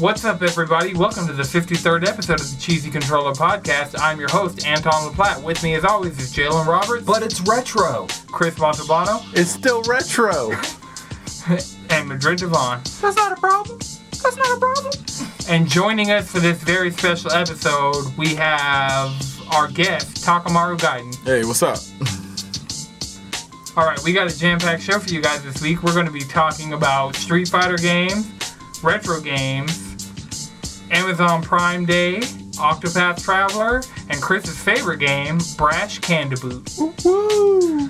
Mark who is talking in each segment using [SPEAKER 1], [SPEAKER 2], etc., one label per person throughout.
[SPEAKER 1] What's up, everybody? Welcome to the 53rd episode of the Cheesy Controller Podcast. I'm your host, Anton LaPlatte. With me, as always, is Jalen Roberts,
[SPEAKER 2] But it's retro.
[SPEAKER 1] Chris Montalbano,
[SPEAKER 2] It's still retro.
[SPEAKER 1] and Madrid Devon. That's not a problem. That's not a problem. And joining us for this very special episode, we have our guest, Takamaru Gaiden.
[SPEAKER 2] hey, what's up?
[SPEAKER 1] All right, we got a jam-packed show for you guys this week. We're going to be talking about Street Fighter games, retro games, Amazon Prime Day, Octopath Traveler, and Chris's favorite game, Brash Candaboot.
[SPEAKER 2] Woo!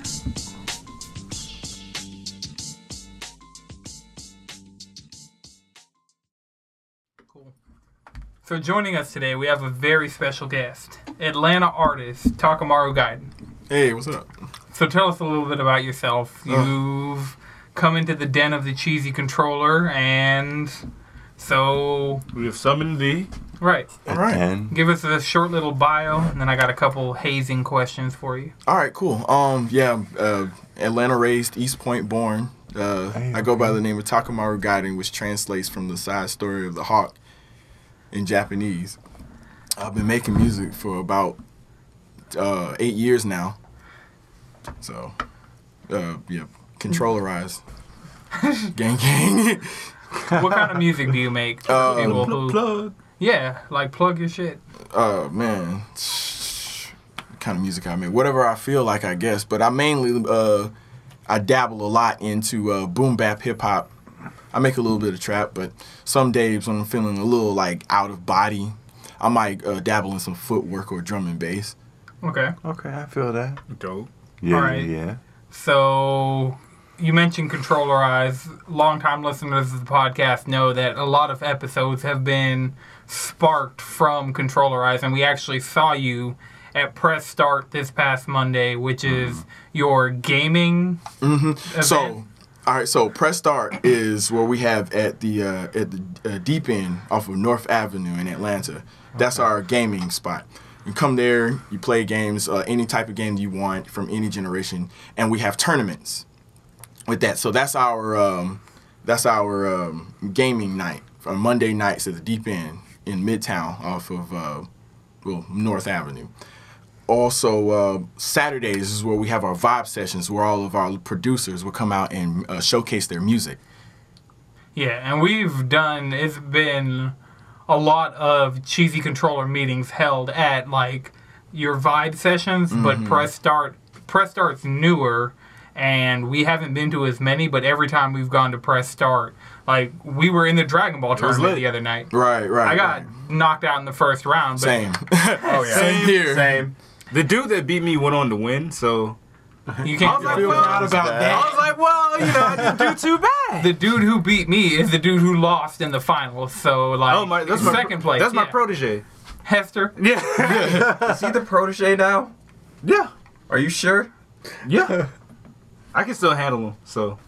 [SPEAKER 1] Cool. So joining us today, we have a very special guest, Atlanta artist Takamaru Gaiden.
[SPEAKER 2] Hey, what's up?
[SPEAKER 1] So tell us a little bit about yourself. You've come into the den of the cheesy controller, and so
[SPEAKER 3] We have summoned thee.
[SPEAKER 1] right.
[SPEAKER 2] All right.
[SPEAKER 1] Give us a short little bio, and then I got a couple hazing questions for you.
[SPEAKER 2] All right, cool. Um, yeah, uh, Atlanta raised, East Point born. Uh, I go by the name of Takamaru Gaiden, which translates from the side story of the hawk in Japanese. I've been making music for about uh, eight years now. So, uh, yeah, controllerized. gang, gang.
[SPEAKER 1] What kind of music do you make? for
[SPEAKER 2] Uh,
[SPEAKER 1] people
[SPEAKER 3] Um, Pl-
[SPEAKER 1] who-
[SPEAKER 3] Plug.
[SPEAKER 1] yeah, like plug your shit.
[SPEAKER 2] uh man kind of music i make whatever i feel like i guess but i mainly uh i dabble a lot into uh boom bap hip hop i make a little bit of trap but some days when i'm feeling a little like out of body i might uh, dabble in some footwork or drum and bass
[SPEAKER 1] Okay,
[SPEAKER 4] Okay, I feel that.
[SPEAKER 3] Dope.
[SPEAKER 4] Yeah,
[SPEAKER 1] Alright.
[SPEAKER 4] yeah.
[SPEAKER 1] so you mentioned controller eyes. Longtime listeners of the podcast know that a lot of episodes have been sparked from controller eyes, and we actually saw you at press start this past Monday, which is your gaming. Mm-hmm.
[SPEAKER 2] so all right so press start is where we have at the uh at the uh, deep end off of north avenue in atlanta that's our gaming spot you come there you play games uh, any type of game you want from any generation and we have tournaments with that so that's our um that's our um, gaming night on monday nights at the deep end in midtown off of uh well north avenue also uh, Saturdays is where we have our vibe sessions, where all of our producers will come out and uh, showcase their music.
[SPEAKER 1] Yeah, and we've done. It's been a lot of cheesy controller meetings held at like your vibe sessions,
[SPEAKER 3] Mm-hmm.
[SPEAKER 1] but press start press start's newer, and we haven't been to as many. But every time we've gone to press start, like we were in the Dragon Ball tournament
[SPEAKER 3] lit.
[SPEAKER 1] the other night.
[SPEAKER 2] Right, right.
[SPEAKER 1] I got knocked out in the first round. But
[SPEAKER 2] same.
[SPEAKER 3] Oh yeah.
[SPEAKER 2] Same here.
[SPEAKER 3] Same. The dude that beat me went on to win, so
[SPEAKER 1] You can't.
[SPEAKER 3] I feel proud
[SPEAKER 2] about
[SPEAKER 3] I
[SPEAKER 2] that.
[SPEAKER 3] was like, well, you know, I didn't do too bad.
[SPEAKER 1] the dude who beat me is the dude who lost in the finals. So like,
[SPEAKER 3] Oh my, that's my
[SPEAKER 1] second place.
[SPEAKER 3] That's my
[SPEAKER 1] yeah.
[SPEAKER 3] protege.
[SPEAKER 1] Hester.
[SPEAKER 3] Yeah.
[SPEAKER 5] Is he the protege now?
[SPEAKER 3] yeah.
[SPEAKER 5] Are you sure?
[SPEAKER 3] Yeah. I can still handle him. So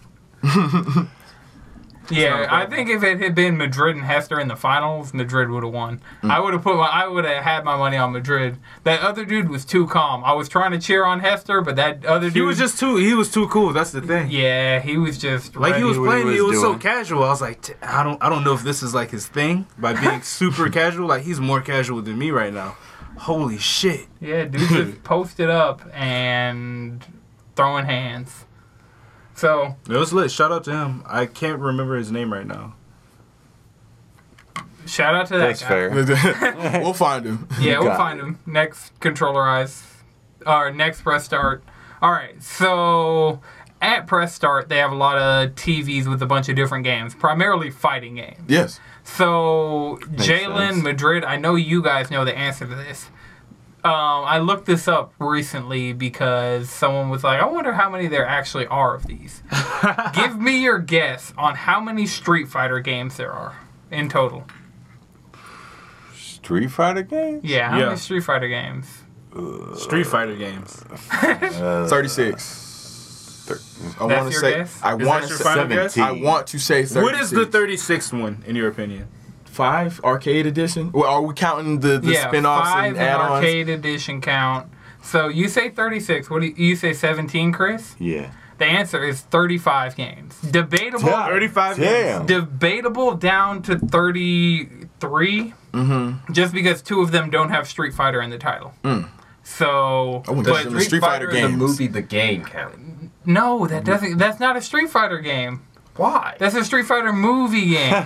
[SPEAKER 1] Yeah, I think if it had been Madrid and Hester in the finals, Madrid would have won.
[SPEAKER 4] Mm.
[SPEAKER 1] I would have put my, I would have had my money on Madrid. That other dude was too calm. I was trying to cheer on Hester, but that other dude
[SPEAKER 3] he was just too. He was too cool. That's the thing.
[SPEAKER 1] yeah, he was just
[SPEAKER 3] Like
[SPEAKER 1] ready.
[SPEAKER 3] he was
[SPEAKER 4] what he
[SPEAKER 3] playing, he
[SPEAKER 4] was
[SPEAKER 3] was, so
[SPEAKER 4] doing.
[SPEAKER 3] casual. I was like, "T- I don't, I don't know if this is like his thing by being super casual. Like he's more casual than me right now. Holy shit!
[SPEAKER 1] yeah, dude just posted up and throwing hands. So
[SPEAKER 3] It was lit. Shout out to him. I can't remember his name right now.
[SPEAKER 1] shout out to that
[SPEAKER 4] That's
[SPEAKER 1] guy.
[SPEAKER 4] fair.
[SPEAKER 2] we'll find him.
[SPEAKER 1] Yeah, we'll
[SPEAKER 4] Got
[SPEAKER 1] find him next. Controller eyes, or next press start. All right, so at press start they have a lot of TVs with a bunch of different games, primarily fighting games.
[SPEAKER 2] Yes.
[SPEAKER 1] So Jalen
[SPEAKER 4] sense.
[SPEAKER 1] Madrid, I know you guys know the answer to this. Um, I looked this up recently because someone was like, "I wonder how many there actually are of these." Give me your guess on how many Street Fighter games there are in total.
[SPEAKER 4] Street Fighter game?
[SPEAKER 1] Yeah, how
[SPEAKER 3] Yeah.
[SPEAKER 1] many Street Fighter games?
[SPEAKER 3] Street Fighter games.
[SPEAKER 2] 36. Uh, I
[SPEAKER 1] That's
[SPEAKER 2] want to
[SPEAKER 1] your
[SPEAKER 2] say.
[SPEAKER 1] guess?
[SPEAKER 2] I
[SPEAKER 3] Is
[SPEAKER 2] want
[SPEAKER 3] that
[SPEAKER 2] to
[SPEAKER 3] your
[SPEAKER 2] say.
[SPEAKER 3] final guess?
[SPEAKER 2] I want to say 36.
[SPEAKER 3] What is the 36th one in your opinion?
[SPEAKER 2] five arcade edition? Well, are we counting the, the spin-offs
[SPEAKER 1] five
[SPEAKER 2] and add-ons?
[SPEAKER 1] arcade edition count. So you say 36. What do you, you say 17, Chris?
[SPEAKER 4] Yeah.
[SPEAKER 1] The answer is 35 games. Debatable.
[SPEAKER 2] Yeah.
[SPEAKER 3] 35
[SPEAKER 2] Damn.
[SPEAKER 1] Debatable down to 33. Mm-hmm. Just because two of them don't have Street Fighter in the title. So,
[SPEAKER 2] Mm. I wouldn't
[SPEAKER 1] but
[SPEAKER 2] consider them Street Fighter
[SPEAKER 5] in the
[SPEAKER 2] games.
[SPEAKER 5] movie, the game count.
[SPEAKER 1] no, that doesn't. That's not a Street Fighter game.
[SPEAKER 5] Why?
[SPEAKER 1] That's a Street Fighter movie game.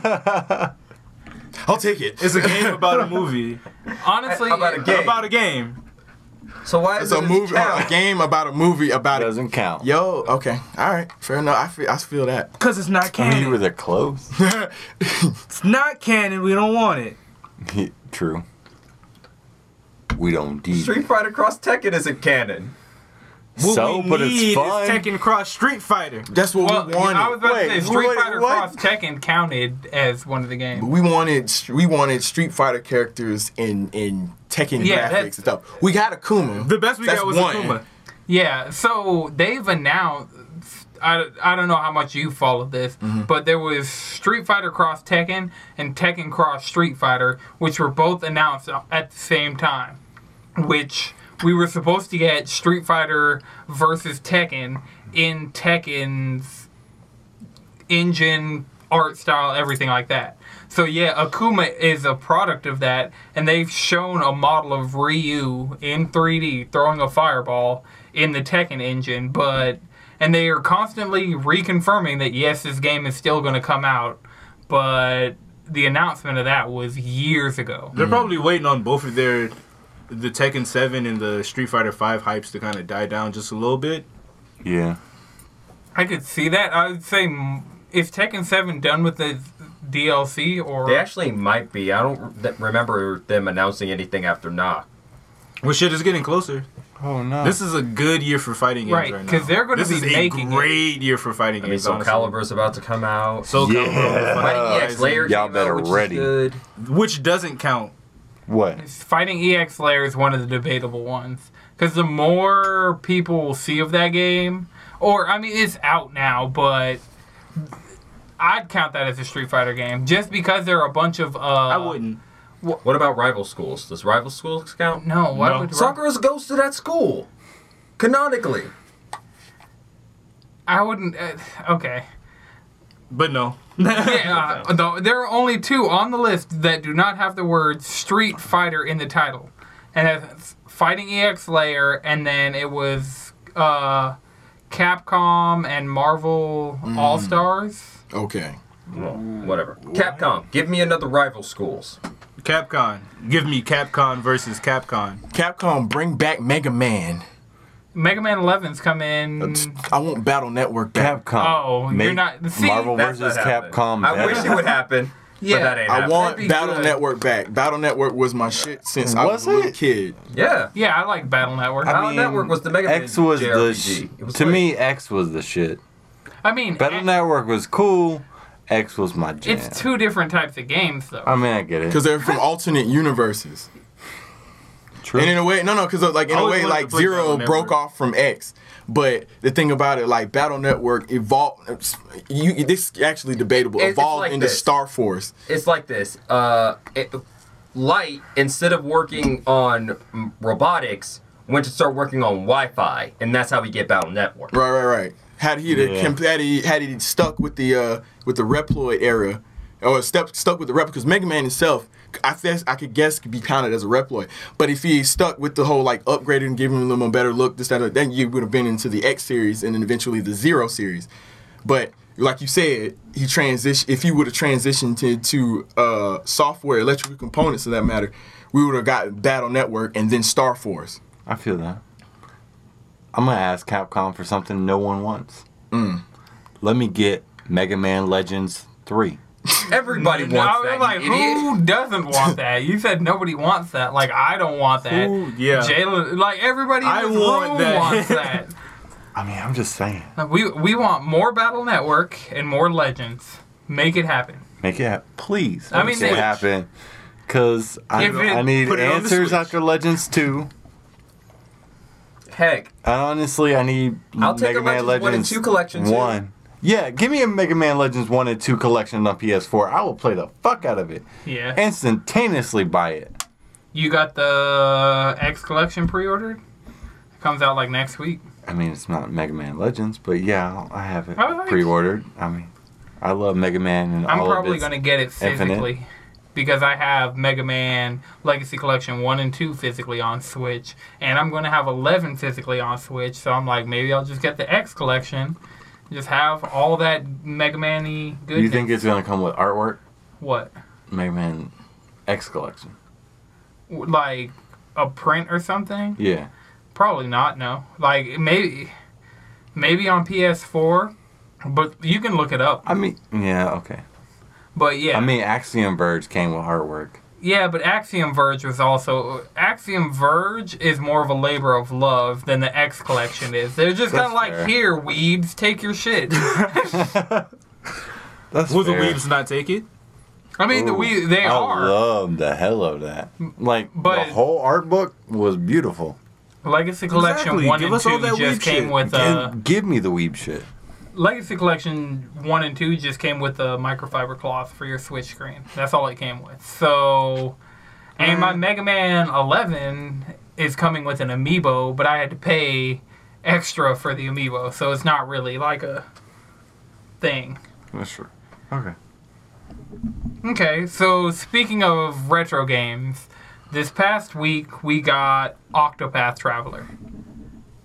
[SPEAKER 2] I'll take it.
[SPEAKER 3] It's a game about a movie.
[SPEAKER 1] Honestly,
[SPEAKER 5] How about a game?
[SPEAKER 3] About a game.
[SPEAKER 5] so why
[SPEAKER 2] It's
[SPEAKER 5] is
[SPEAKER 2] a
[SPEAKER 5] it
[SPEAKER 2] movie, or a
[SPEAKER 5] Count?
[SPEAKER 2] game about a movie about it.
[SPEAKER 4] Doesn't count.
[SPEAKER 2] Yo, okay, all right, fair enough. I feel, I feel that.
[SPEAKER 3] Because it's not
[SPEAKER 4] I mean,
[SPEAKER 3] canon.
[SPEAKER 4] you were the close.
[SPEAKER 3] It's not canon. We don't want it.
[SPEAKER 4] True. We don't need
[SPEAKER 5] Street Fighter Cross Tekken isn't canon.
[SPEAKER 3] What
[SPEAKER 4] so,
[SPEAKER 3] we
[SPEAKER 4] but
[SPEAKER 3] need
[SPEAKER 4] it's
[SPEAKER 3] is
[SPEAKER 4] fun.
[SPEAKER 3] Tekken Cross Street Fighter.
[SPEAKER 2] That's what
[SPEAKER 1] well,
[SPEAKER 2] we wanted.
[SPEAKER 1] I was about
[SPEAKER 4] Wait,
[SPEAKER 1] to say
[SPEAKER 4] who-
[SPEAKER 1] Street
[SPEAKER 4] wait,
[SPEAKER 1] Fighter
[SPEAKER 4] what?
[SPEAKER 1] Cross Tekken counted as one of the games.
[SPEAKER 2] we wanted we wanted Street Fighter characters in in Tekken
[SPEAKER 1] Yeah,
[SPEAKER 2] graphics
[SPEAKER 1] that-
[SPEAKER 2] and stuff. We got Akuma.
[SPEAKER 3] The best we
[SPEAKER 2] That's
[SPEAKER 3] got was
[SPEAKER 2] one.
[SPEAKER 3] Akuma.
[SPEAKER 1] Yeah, so they've announced. I, I don't know how much you followed this, but there was Street Fighter Cross Tekken and Tekken Cross Street Fighter, which were both announced at the same time. Which we were supposed to get Street Fighter versus Tekken in Tekken's engine, art style, everything like that. So yeah, Akuma is a product of that, and they've shown a model of Ryu in 3D throwing a fireball in the Tekken engine, but and they are constantly reconfirming that yes, this game is still going to come out, but the announcement of that was years ago.
[SPEAKER 4] Mm.
[SPEAKER 3] They're probably waiting on both of their the Tekken 7 and the Street Fighter 5 hypes to kind of die down just a little bit.
[SPEAKER 4] Yeah.
[SPEAKER 1] I could see that. I would say mm, is Tekken 7 done with the DLC or
[SPEAKER 5] They actually might be. I don't re- remember them announcing anything after Knock.
[SPEAKER 3] Well, shit is getting closer.
[SPEAKER 4] Oh no.
[SPEAKER 3] This is a good year for fighting games
[SPEAKER 1] Right,
[SPEAKER 3] right, now.
[SPEAKER 1] 'cause they're gonna
[SPEAKER 3] This
[SPEAKER 1] be
[SPEAKER 3] is
[SPEAKER 1] making
[SPEAKER 3] a
[SPEAKER 1] it.
[SPEAKER 3] great year for fighting
[SPEAKER 5] I mean,
[SPEAKER 3] games.
[SPEAKER 5] Soul
[SPEAKER 3] honestly.
[SPEAKER 5] Calibur's about to come out.
[SPEAKER 3] Soul
[SPEAKER 4] Yeah.
[SPEAKER 3] Calibur,
[SPEAKER 5] Fighting
[SPEAKER 2] uh,
[SPEAKER 3] Fighting
[SPEAKER 5] EX Layer
[SPEAKER 4] y'all
[SPEAKER 5] came
[SPEAKER 4] better
[SPEAKER 5] out, which is
[SPEAKER 4] ready.
[SPEAKER 5] good.
[SPEAKER 3] which doesn't count.
[SPEAKER 4] what?
[SPEAKER 1] Fighting EX Lair is one of the debatable ones because the more people will see of that game, or I mean, it's out now, but I'd count that as a Street Fighter game just because there are a bunch of. Uh,
[SPEAKER 3] I wouldn't.
[SPEAKER 5] What about rival schools? Does rival schools
[SPEAKER 2] Mm-hmm.
[SPEAKER 5] count?
[SPEAKER 1] No, why
[SPEAKER 3] No.
[SPEAKER 1] would
[SPEAKER 5] Sakura's goes to that school. Canonically.
[SPEAKER 1] I wouldn't? Uh, okay,
[SPEAKER 3] But no.
[SPEAKER 1] yeah, uh, though, there are only two on the list that do not have the word Street Fighter in the title, and that's Fighting EX Lair, and then it was uh, Capcom and Marvel All Stars.
[SPEAKER 2] Okay.
[SPEAKER 5] Well, whatever. Capcom, give me another rival schools.
[SPEAKER 3] Capcom. Give me Capcom versus Capcom.
[SPEAKER 2] Capcom, bring back Mega Man.
[SPEAKER 1] Mega Man 11's come in.
[SPEAKER 2] I want Battle Network back.
[SPEAKER 4] Capcom.
[SPEAKER 1] Oh,
[SPEAKER 4] Make
[SPEAKER 1] you're not- see,
[SPEAKER 4] Marvel
[SPEAKER 5] That's
[SPEAKER 4] versus
[SPEAKER 5] not happening.
[SPEAKER 4] Capcom.
[SPEAKER 5] I
[SPEAKER 4] better.
[SPEAKER 5] wish it would happen.
[SPEAKER 1] Yeah.
[SPEAKER 5] But that ain't
[SPEAKER 2] I
[SPEAKER 5] happening.
[SPEAKER 2] want
[SPEAKER 1] be
[SPEAKER 2] Battle
[SPEAKER 1] good.
[SPEAKER 2] Network back. Battle Network was my shit since I was
[SPEAKER 4] Was
[SPEAKER 2] a little
[SPEAKER 4] it?
[SPEAKER 2] kid.
[SPEAKER 5] Yeah.
[SPEAKER 1] Yeah, I like Battle Network. I,
[SPEAKER 5] Battle
[SPEAKER 4] mean,
[SPEAKER 5] Network was the Mega Man
[SPEAKER 4] X was the
[SPEAKER 5] JRPG. It
[SPEAKER 4] sh-
[SPEAKER 5] was
[SPEAKER 4] to
[SPEAKER 5] like-
[SPEAKER 4] me. X was the shit.
[SPEAKER 1] mean,
[SPEAKER 4] Battle
[SPEAKER 1] eh,
[SPEAKER 4] Network was cool. X was my jam.
[SPEAKER 1] it's two different types of games, though.
[SPEAKER 4] I mean, I get it.
[SPEAKER 2] Because they're from alternate universes.
[SPEAKER 4] True.
[SPEAKER 2] And in a way, no, no, because like in
[SPEAKER 3] I
[SPEAKER 2] a
[SPEAKER 3] always
[SPEAKER 2] way,
[SPEAKER 3] wanted to
[SPEAKER 2] like
[SPEAKER 3] play Battle
[SPEAKER 2] Zero
[SPEAKER 3] Network.
[SPEAKER 2] broke off from X. But the thing about it, like Battle Network evolved. uh, You, this is actually debatable.
[SPEAKER 5] It's- it's
[SPEAKER 2] Evolved
[SPEAKER 5] like
[SPEAKER 2] into
[SPEAKER 5] this.
[SPEAKER 2] Star Force.
[SPEAKER 5] it's like this. Uh, it, Light, instead of working on mm, robotics, went to start working on Wi-Fi, and that's how we get Battle Network.
[SPEAKER 2] Right, right, right. Had he,
[SPEAKER 4] Yeah.
[SPEAKER 2] comp- had he had he stuck with the uh, with the Reploid era, or step, stuck with the Reploid, because Mega Man himself, I guess I could guess could be counted as a Reploid. But if he stuck with the whole like upgraded and giving him a little more better look, this that, other, then you would have been into the X series and then eventually the Zero series. But like you said, he transition. If he would have transitioned to, to uh, software, electrical components, for that matter, we would have got Battle Network and then Star Force.
[SPEAKER 4] I feel that. I'm gonna ask Capcom for something no one wants.
[SPEAKER 5] Mm.
[SPEAKER 4] Let me get Mega Man Legends Three.
[SPEAKER 5] Everybody
[SPEAKER 1] No, I
[SPEAKER 5] wants
[SPEAKER 1] was
[SPEAKER 5] that.
[SPEAKER 1] like,
[SPEAKER 5] you idiot.
[SPEAKER 1] who doesn't want that? You said nobody wants that. Like, I don't want that.
[SPEAKER 3] Who- yeah.
[SPEAKER 1] Jalen, like, everybody in
[SPEAKER 3] I
[SPEAKER 1] this
[SPEAKER 3] want
[SPEAKER 1] room
[SPEAKER 3] that.
[SPEAKER 1] wants that.
[SPEAKER 4] I mean, I'm just saying.
[SPEAKER 1] Like, we, we want more Battle Network and more Legends. Make it happen.
[SPEAKER 4] Make it happen, please.
[SPEAKER 1] I
[SPEAKER 4] make
[SPEAKER 1] mean,
[SPEAKER 4] it
[SPEAKER 1] they-
[SPEAKER 4] happen. Cause I,
[SPEAKER 1] If it-
[SPEAKER 4] I need
[SPEAKER 3] put it on the
[SPEAKER 4] answers
[SPEAKER 3] Switch.
[SPEAKER 4] after Legends Two.
[SPEAKER 5] Heck,
[SPEAKER 4] And honestly, I need
[SPEAKER 5] I'll take
[SPEAKER 4] Mega
[SPEAKER 5] a
[SPEAKER 4] Man
[SPEAKER 5] Legends 1 and 2 collection, too.
[SPEAKER 4] One. Yeah, give me a Mega Man Legends One and Two collection on PS4. I will play the fuck out of it.
[SPEAKER 1] Yeah.
[SPEAKER 4] Instantaneously buy it.
[SPEAKER 1] you got the X Collection pre ordered? Comes out like next week.
[SPEAKER 4] I mean, it's not Mega Man Legends, but yeah, I have it
[SPEAKER 1] I like-
[SPEAKER 4] pre-ordered. I mean, I love Mega Man and
[SPEAKER 1] I'm
[SPEAKER 4] all of
[SPEAKER 1] probably
[SPEAKER 4] its-
[SPEAKER 1] gonna get it
[SPEAKER 4] infinite.
[SPEAKER 1] physically because I have Mega Man Legacy Collection one and two physically on Switch, and I'm gonna have eleven physically on Switch. So I'm like, maybe I'll just get the X Collection, just have all that Mega Man-y goodness.
[SPEAKER 4] You think it's gonna come with artwork?
[SPEAKER 1] what,
[SPEAKER 4] Mega Man X Collection.
[SPEAKER 1] W- like a print or something?
[SPEAKER 4] Yeah.
[SPEAKER 1] Probably not. No, like maybe, maybe on PS4, but you can look it up.
[SPEAKER 4] I mean, yeah, okay.
[SPEAKER 1] But yeah,
[SPEAKER 4] I mean, Axiom Verge came with artwork.
[SPEAKER 1] Yeah, but Axiom Verge was also Axiom Verge is more of a labor of love than the X collection is. They're just kind of
[SPEAKER 4] That's
[SPEAKER 1] like
[SPEAKER 4] fair.
[SPEAKER 1] here, weebs, take your shit.
[SPEAKER 4] That's
[SPEAKER 3] Will the
[SPEAKER 4] fair.
[SPEAKER 3] weebs not take it?
[SPEAKER 1] I mean, the we they
[SPEAKER 4] I
[SPEAKER 1] are
[SPEAKER 4] love the hell of that. Like
[SPEAKER 1] But-
[SPEAKER 4] the whole art book was beautiful.
[SPEAKER 1] Legacy Collection
[SPEAKER 3] Exactly,
[SPEAKER 1] one
[SPEAKER 3] give
[SPEAKER 1] and
[SPEAKER 3] us all
[SPEAKER 1] two
[SPEAKER 3] that
[SPEAKER 1] just
[SPEAKER 3] weeb
[SPEAKER 1] came
[SPEAKER 3] shit.
[SPEAKER 1] with uh,
[SPEAKER 4] Give- give me the weeb shit.
[SPEAKER 1] Legacy Collection one and two just came with a microfiber cloth for your Switch screen. That's all it came with. So, and my Mega Man Eleven is coming with an amiibo, but I had to pay extra for the amiibo, so it's not really like a thing.
[SPEAKER 4] That's true. Okay.
[SPEAKER 1] Okay, so speaking of retro games, this past week we got Octopath Traveler.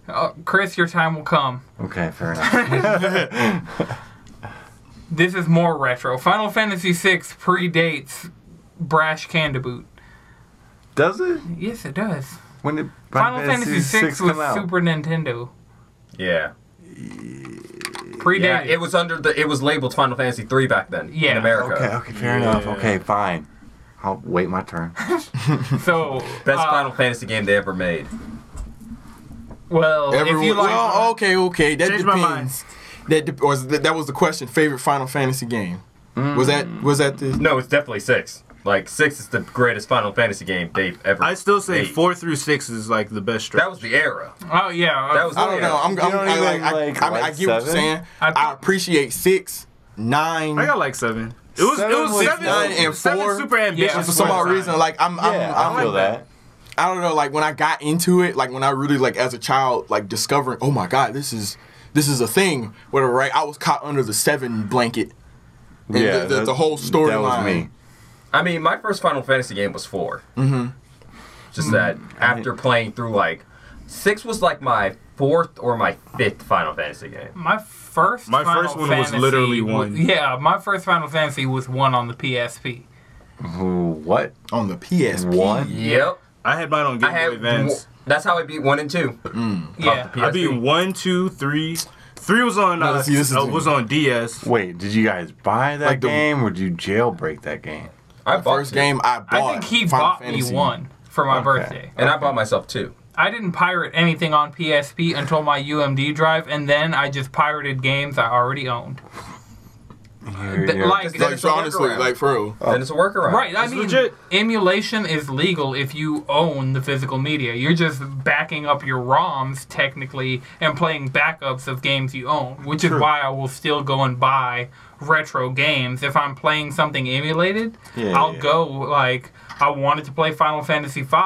[SPEAKER 1] Uh, Chris, your time will come.
[SPEAKER 4] Okay, fair enough.
[SPEAKER 1] This is more retro. Final Fantasy VI predates Brash Candaboot.
[SPEAKER 4] Does it?
[SPEAKER 1] Yes, it does.
[SPEAKER 4] When did
[SPEAKER 1] Final, Fantasy, VI was Super Nintendo.
[SPEAKER 5] Yeah.
[SPEAKER 1] Predated.
[SPEAKER 5] Yeah, it was under the it was labeled Final Fantasy 3 back then
[SPEAKER 1] Yeah,
[SPEAKER 5] in America.
[SPEAKER 4] Okay, okay, fair enough. Okay, fine. I'll wait my turn.
[SPEAKER 1] so
[SPEAKER 5] Best
[SPEAKER 1] uh,
[SPEAKER 5] Final Fantasy game they ever made.
[SPEAKER 1] Well,
[SPEAKER 2] Everyone,
[SPEAKER 1] if you like,
[SPEAKER 2] well, oh, okay, okay, that
[SPEAKER 3] Change my
[SPEAKER 2] depends. That de- or is that, that was the question. Favorite Final Fantasy game? Was that was that the?
[SPEAKER 5] No, it's definitely 6. Like 6 is the greatest Final Fantasy game they've ever
[SPEAKER 3] I still say
[SPEAKER 5] made.
[SPEAKER 3] four through six is like the best.
[SPEAKER 5] That
[SPEAKER 3] stretch.
[SPEAKER 5] was the era.
[SPEAKER 1] oh yeah,
[SPEAKER 5] That was
[SPEAKER 2] I don't know. I'm, I'm,
[SPEAKER 4] You don't
[SPEAKER 2] I, like,
[SPEAKER 4] even
[SPEAKER 2] I,
[SPEAKER 4] like-
[SPEAKER 2] I, mean, I
[SPEAKER 4] like
[SPEAKER 2] get what you're
[SPEAKER 4] seven?
[SPEAKER 2] saying.
[SPEAKER 1] I-
[SPEAKER 2] I appreciate six, nine.
[SPEAKER 3] I got like seven. It was
[SPEAKER 4] Seven
[SPEAKER 3] it was
[SPEAKER 4] was
[SPEAKER 3] seven,
[SPEAKER 2] nine and
[SPEAKER 3] seven
[SPEAKER 2] four.
[SPEAKER 3] super ambitious.
[SPEAKER 2] and for some odd
[SPEAKER 3] design.
[SPEAKER 2] reason, like I'm, I'm,
[SPEAKER 4] Yeah,
[SPEAKER 2] I'm,
[SPEAKER 4] I feel
[SPEAKER 2] like,
[SPEAKER 4] that.
[SPEAKER 2] I don't know, like when I got into it, like when I really like as a child, like discovering, oh my god, this is this is a thing. Whatever, right? I was caught under the seven blanket. And the- the, the,
[SPEAKER 4] that-
[SPEAKER 2] whole
[SPEAKER 4] That
[SPEAKER 2] storyline.
[SPEAKER 4] was me.
[SPEAKER 5] I mean, my first Final Fantasy game was 4. Mhm.
[SPEAKER 4] Mm-hmm.
[SPEAKER 5] Just that after playing through like 6 was like my fourth or my fifth Final Fantasy game.
[SPEAKER 1] My first
[SPEAKER 3] My
[SPEAKER 1] Final
[SPEAKER 3] first one was
[SPEAKER 1] Fantasy
[SPEAKER 3] literally
[SPEAKER 1] wa-
[SPEAKER 3] one.
[SPEAKER 1] yeah, my first Final Fantasy was one on the PSP.
[SPEAKER 4] Who- What?
[SPEAKER 2] on the PSP.
[SPEAKER 4] One?
[SPEAKER 5] Yep.
[SPEAKER 3] I had mine
[SPEAKER 5] I
[SPEAKER 3] on Game Boy
[SPEAKER 5] had
[SPEAKER 3] Advance.
[SPEAKER 5] That's how I beat 1 and 2.
[SPEAKER 1] Yeah,
[SPEAKER 5] the
[SPEAKER 3] I
[SPEAKER 5] PS3.
[SPEAKER 3] beat one, two, three. Three was on uh,
[SPEAKER 2] see, this is-
[SPEAKER 3] uh, was on DS.
[SPEAKER 4] Wait, did you guys buy that
[SPEAKER 2] Like the-
[SPEAKER 4] game or did you jailbreak that game?
[SPEAKER 5] I
[SPEAKER 2] The
[SPEAKER 5] bought
[SPEAKER 2] first
[SPEAKER 5] two.
[SPEAKER 2] game I bought.
[SPEAKER 1] I think he
[SPEAKER 2] Final
[SPEAKER 1] bought
[SPEAKER 2] Fantasy.
[SPEAKER 1] me one for my birthday.
[SPEAKER 5] and I bought myself 2.
[SPEAKER 1] I didn't pirate anything on PSP until my UMD drive, and then I just pirated games I already owned.
[SPEAKER 4] Here,
[SPEAKER 1] Th-
[SPEAKER 4] here.
[SPEAKER 1] Like,
[SPEAKER 5] Then
[SPEAKER 2] Like
[SPEAKER 5] it's a
[SPEAKER 2] so honestly,
[SPEAKER 5] workaround.
[SPEAKER 2] like for real.
[SPEAKER 4] Oh.
[SPEAKER 5] Then it's a workaround.
[SPEAKER 1] right, I
[SPEAKER 3] It's
[SPEAKER 1] mean,
[SPEAKER 3] legit.
[SPEAKER 1] emulation is legal if you own the physical media. You're just backing up your ROMs technically and playing backups of games you own, which is why I will still go and buy retro games if I'm playing something emulated.
[SPEAKER 4] Yeah,
[SPEAKER 1] I'll
[SPEAKER 4] yeah.
[SPEAKER 1] go like I wanted to play Final Fantasy V,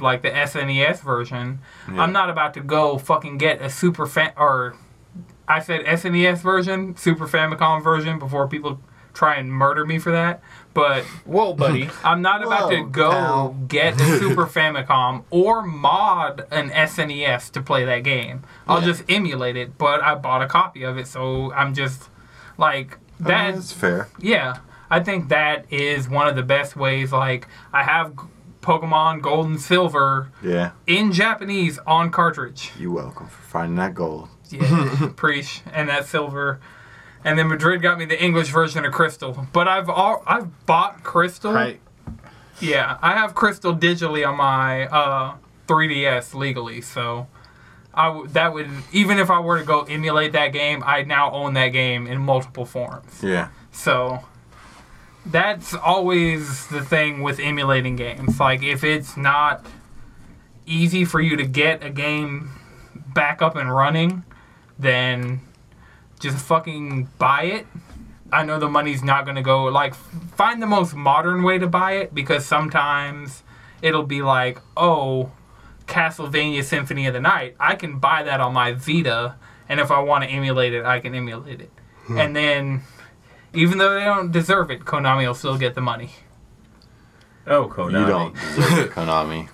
[SPEAKER 1] like the SNES version. I'm not about to go fucking get a super fan or I said SNES version, Super Famicom version before people try and murder me for that. But
[SPEAKER 6] Whoa, buddy.
[SPEAKER 1] I'm not about to
[SPEAKER 4] Whoa,
[SPEAKER 1] go
[SPEAKER 4] pal.
[SPEAKER 1] get a Super Famicom or mod an SNES to play that game. I'll just emulate it, but I bought a copy of it, so I'm just like that.
[SPEAKER 4] That's fair.
[SPEAKER 1] Yeah, I think that is one of the best ways. Like I have G- Pokemon Gold and Silver
[SPEAKER 4] Yeah.
[SPEAKER 1] in Japanese on cartridge.
[SPEAKER 4] You're welcome for finding that gold.
[SPEAKER 1] Yeah, preach, and that silver. And then Madrid got me the English version of Crystal, but I've all I've bought Crystal.
[SPEAKER 3] Right.
[SPEAKER 1] Yeah, I have Crystal digitally on my uh, 3DS legally, so I w- that would even if I were to go emulate that game, I now own that game in multiple forms.
[SPEAKER 4] Yeah.
[SPEAKER 1] So that's always the thing with emulating games. Like if it's not easy for you to get a game back up and running, then just fucking buy it. I know the money's not going to go like find the most modern way to buy it because sometimes it'll be like, "Oh, Castlevania Symphony of the Night, I can buy that on my Vita, and if I want to emulate it, I can emulate it. And then, even though they don't deserve it, Konami will still get the money.
[SPEAKER 5] Oh, Konami.
[SPEAKER 4] You don't deserve it, Konami.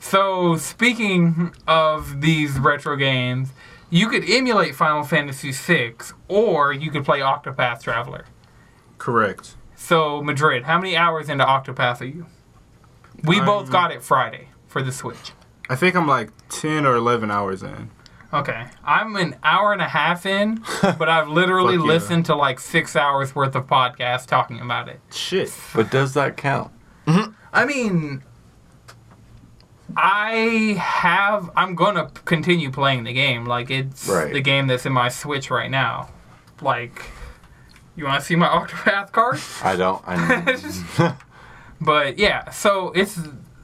[SPEAKER 1] So, speaking of these retro games, you could emulate Final Fantasy VI, or you could play Octopath Traveler.
[SPEAKER 3] Correct.
[SPEAKER 1] So, Madrid, how many hours into Octopath are you? We both got it Friday for the Switch.
[SPEAKER 3] I think I'm like 10 or 11 hours in.
[SPEAKER 1] Okay. I'm an hour and a half in, but I've literally
[SPEAKER 3] Fuck yeah.
[SPEAKER 1] listened to like six hours worth of podcasts talking about it.
[SPEAKER 3] Shit.
[SPEAKER 4] But does that count?
[SPEAKER 1] I mean, I have. I'm gonna p- continue playing the game. Like it's
[SPEAKER 4] Right.
[SPEAKER 1] the game that's in my Switch right now. Like, you want to see my Octopath card?
[SPEAKER 4] I don't. I,
[SPEAKER 1] But yeah, so it's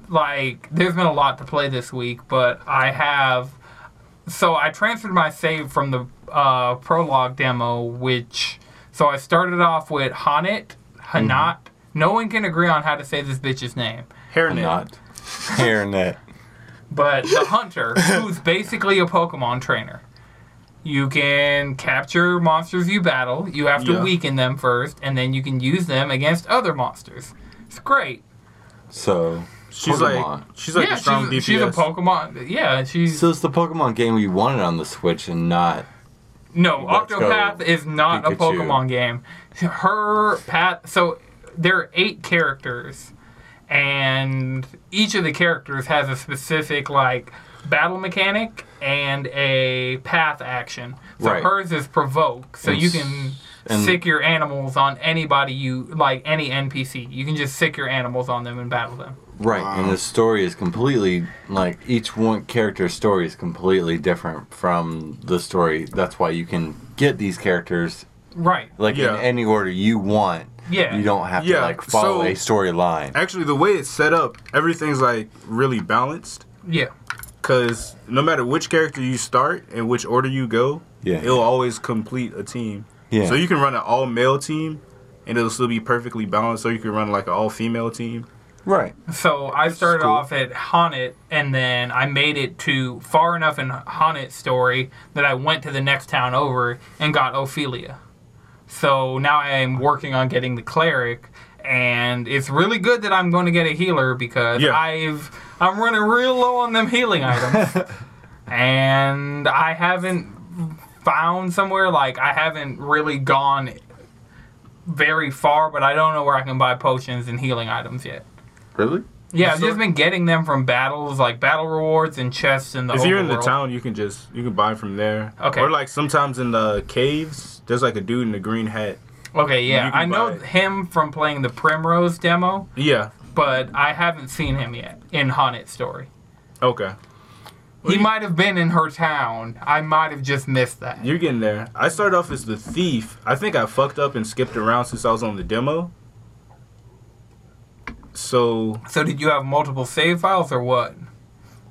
[SPEAKER 1] like there's been a lot to play this week, but I have so I transferred my save from the uh, prologue demo, which so I started off with Hanit Hanat. No one can agree on how to say this bitch's name,
[SPEAKER 4] I'm
[SPEAKER 3] Hairnet.
[SPEAKER 4] not hearing that.
[SPEAKER 1] but the hunter, who's basically a Pokemon trainer. You can capture monsters you battle. You have to
[SPEAKER 3] Yeah.
[SPEAKER 1] weaken them first, and then you can use them against other monsters. It's great.
[SPEAKER 4] So
[SPEAKER 3] She's like
[SPEAKER 4] Pokemon.
[SPEAKER 3] she's like
[SPEAKER 1] yeah,
[SPEAKER 3] a strong
[SPEAKER 1] she's,
[SPEAKER 3] DPS.
[SPEAKER 1] she's a Pokemon. Yeah, she's
[SPEAKER 4] So it's the Pokemon game we wanted on the Switch and not.
[SPEAKER 1] No,
[SPEAKER 4] Let's
[SPEAKER 1] Octopath
[SPEAKER 4] go,
[SPEAKER 1] is not a
[SPEAKER 4] Pikachu.
[SPEAKER 1] Pokemon game. Her path. So there are eight characters, and each of the characters has a specific like battle mechanic and a path action. So
[SPEAKER 4] Right.
[SPEAKER 1] hers is provoke. So
[SPEAKER 4] And
[SPEAKER 1] you
[SPEAKER 4] s-
[SPEAKER 1] can
[SPEAKER 4] and-
[SPEAKER 1] sick your animals on anybody you like any NPC. You can just sick your animals on them and battle them.
[SPEAKER 4] Right, and the story is completely like each one character's story is completely different from the story. That's why you can get these characters
[SPEAKER 1] Right.
[SPEAKER 4] like
[SPEAKER 3] Yeah.
[SPEAKER 4] in any order you want.
[SPEAKER 1] Yeah.
[SPEAKER 4] You don't have to
[SPEAKER 3] Yeah,
[SPEAKER 4] like follow
[SPEAKER 3] so-
[SPEAKER 4] a storyline.
[SPEAKER 3] Actually, the way it's set up, everything's like really balanced.
[SPEAKER 1] Yeah.
[SPEAKER 3] Cause no matter which character you start and which order you go,
[SPEAKER 4] Yeah.
[SPEAKER 3] it'll always complete a team.
[SPEAKER 4] Yeah.
[SPEAKER 3] So you can run an all male team, and it'll still be perfectly balanced. So you can run like an all female team.
[SPEAKER 4] Right.
[SPEAKER 1] So I started
[SPEAKER 4] cool.
[SPEAKER 1] off at Haunted, and then I made it to far enough in Haunted story that I went to the next town over and got Ophelia. So now I am working on getting the cleric, and it's really good that I'm going to get a healer because
[SPEAKER 3] Yeah.
[SPEAKER 1] I've I'm running real low on them healing items, and I haven't found somewhere like I haven't really gone very far, but I don't know where I can buy potions and healing items yet.
[SPEAKER 4] Really?
[SPEAKER 1] Yeah, I've
[SPEAKER 3] So-
[SPEAKER 1] just been getting them from battles, like battle rewards and chests in the.
[SPEAKER 3] If you're in the
[SPEAKER 1] overworld.
[SPEAKER 3] town, you can just you can buy from there.
[SPEAKER 1] Okay.
[SPEAKER 3] Or like sometimes in the caves, there's like a dude in a green hat.
[SPEAKER 1] Okay, yeah,
[SPEAKER 3] you can
[SPEAKER 1] I know
[SPEAKER 3] buy-
[SPEAKER 1] him from playing the Primrose demo,
[SPEAKER 3] Yeah.
[SPEAKER 1] but I haven't seen him yet in Haunted Story.
[SPEAKER 3] Okay.
[SPEAKER 1] He might have been in her town. I might have just missed that.
[SPEAKER 3] You're getting there. I started off as the thief. I think I fucked up and skipped around since I was on the demo. So
[SPEAKER 1] So did you have multiple save files or what?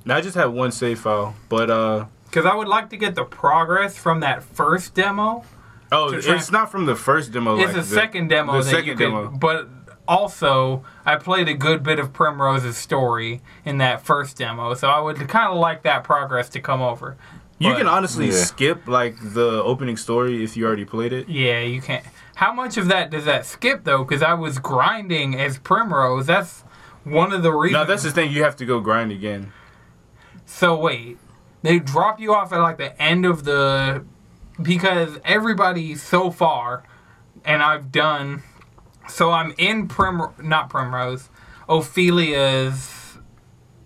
[SPEAKER 3] now I just had one save file, but uh
[SPEAKER 1] Because I would like to get the progress from that first demo.
[SPEAKER 3] oh,
[SPEAKER 1] To
[SPEAKER 3] it's
[SPEAKER 1] try-
[SPEAKER 3] not from the first demo.
[SPEAKER 1] It's
[SPEAKER 3] like
[SPEAKER 1] a
[SPEAKER 3] the-
[SPEAKER 1] second demo.
[SPEAKER 3] The
[SPEAKER 1] that you
[SPEAKER 3] second
[SPEAKER 1] could-
[SPEAKER 3] demo.
[SPEAKER 1] but also, I played a good bit of Primrose's story in that first demo, so I would kind of like that progress to come over.
[SPEAKER 3] You
[SPEAKER 1] But-
[SPEAKER 3] can honestly
[SPEAKER 4] Yeah.
[SPEAKER 3] skip like the opening story if you already played it.
[SPEAKER 1] Yeah, you can't. How much of that does that skip though? Because I was grinding as Primrose. That's one of the reasons.
[SPEAKER 3] No, that's the thing. You have to go grind again.
[SPEAKER 1] So wait, they drop you off at like the end of the because everybody so far, and I've done. So I'm in Prim, not Primrose, Ophelia's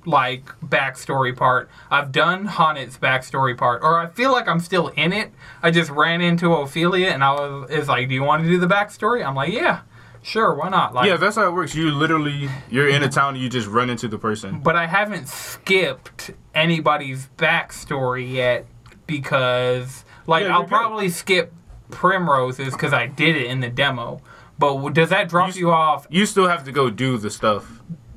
[SPEAKER 1] like backstory part. I've done Haunted's backstory part, or I feel like I'm still in it. I just ran into Ophelia, and I was is like, "Do you want to do the backstory?" I'm like, "Yeah, sure, why not?" Like,
[SPEAKER 3] Yeah, that's how it works. You literally you're in a town and you just run into the person.
[SPEAKER 1] but I haven't skipped anybody's backstory yet because, like,
[SPEAKER 3] Yeah, you're
[SPEAKER 1] I'll
[SPEAKER 3] good.
[SPEAKER 1] probably skip Primrose's because I did it in the demo. But w- does that drop you, off
[SPEAKER 3] You still have to go do the stuff.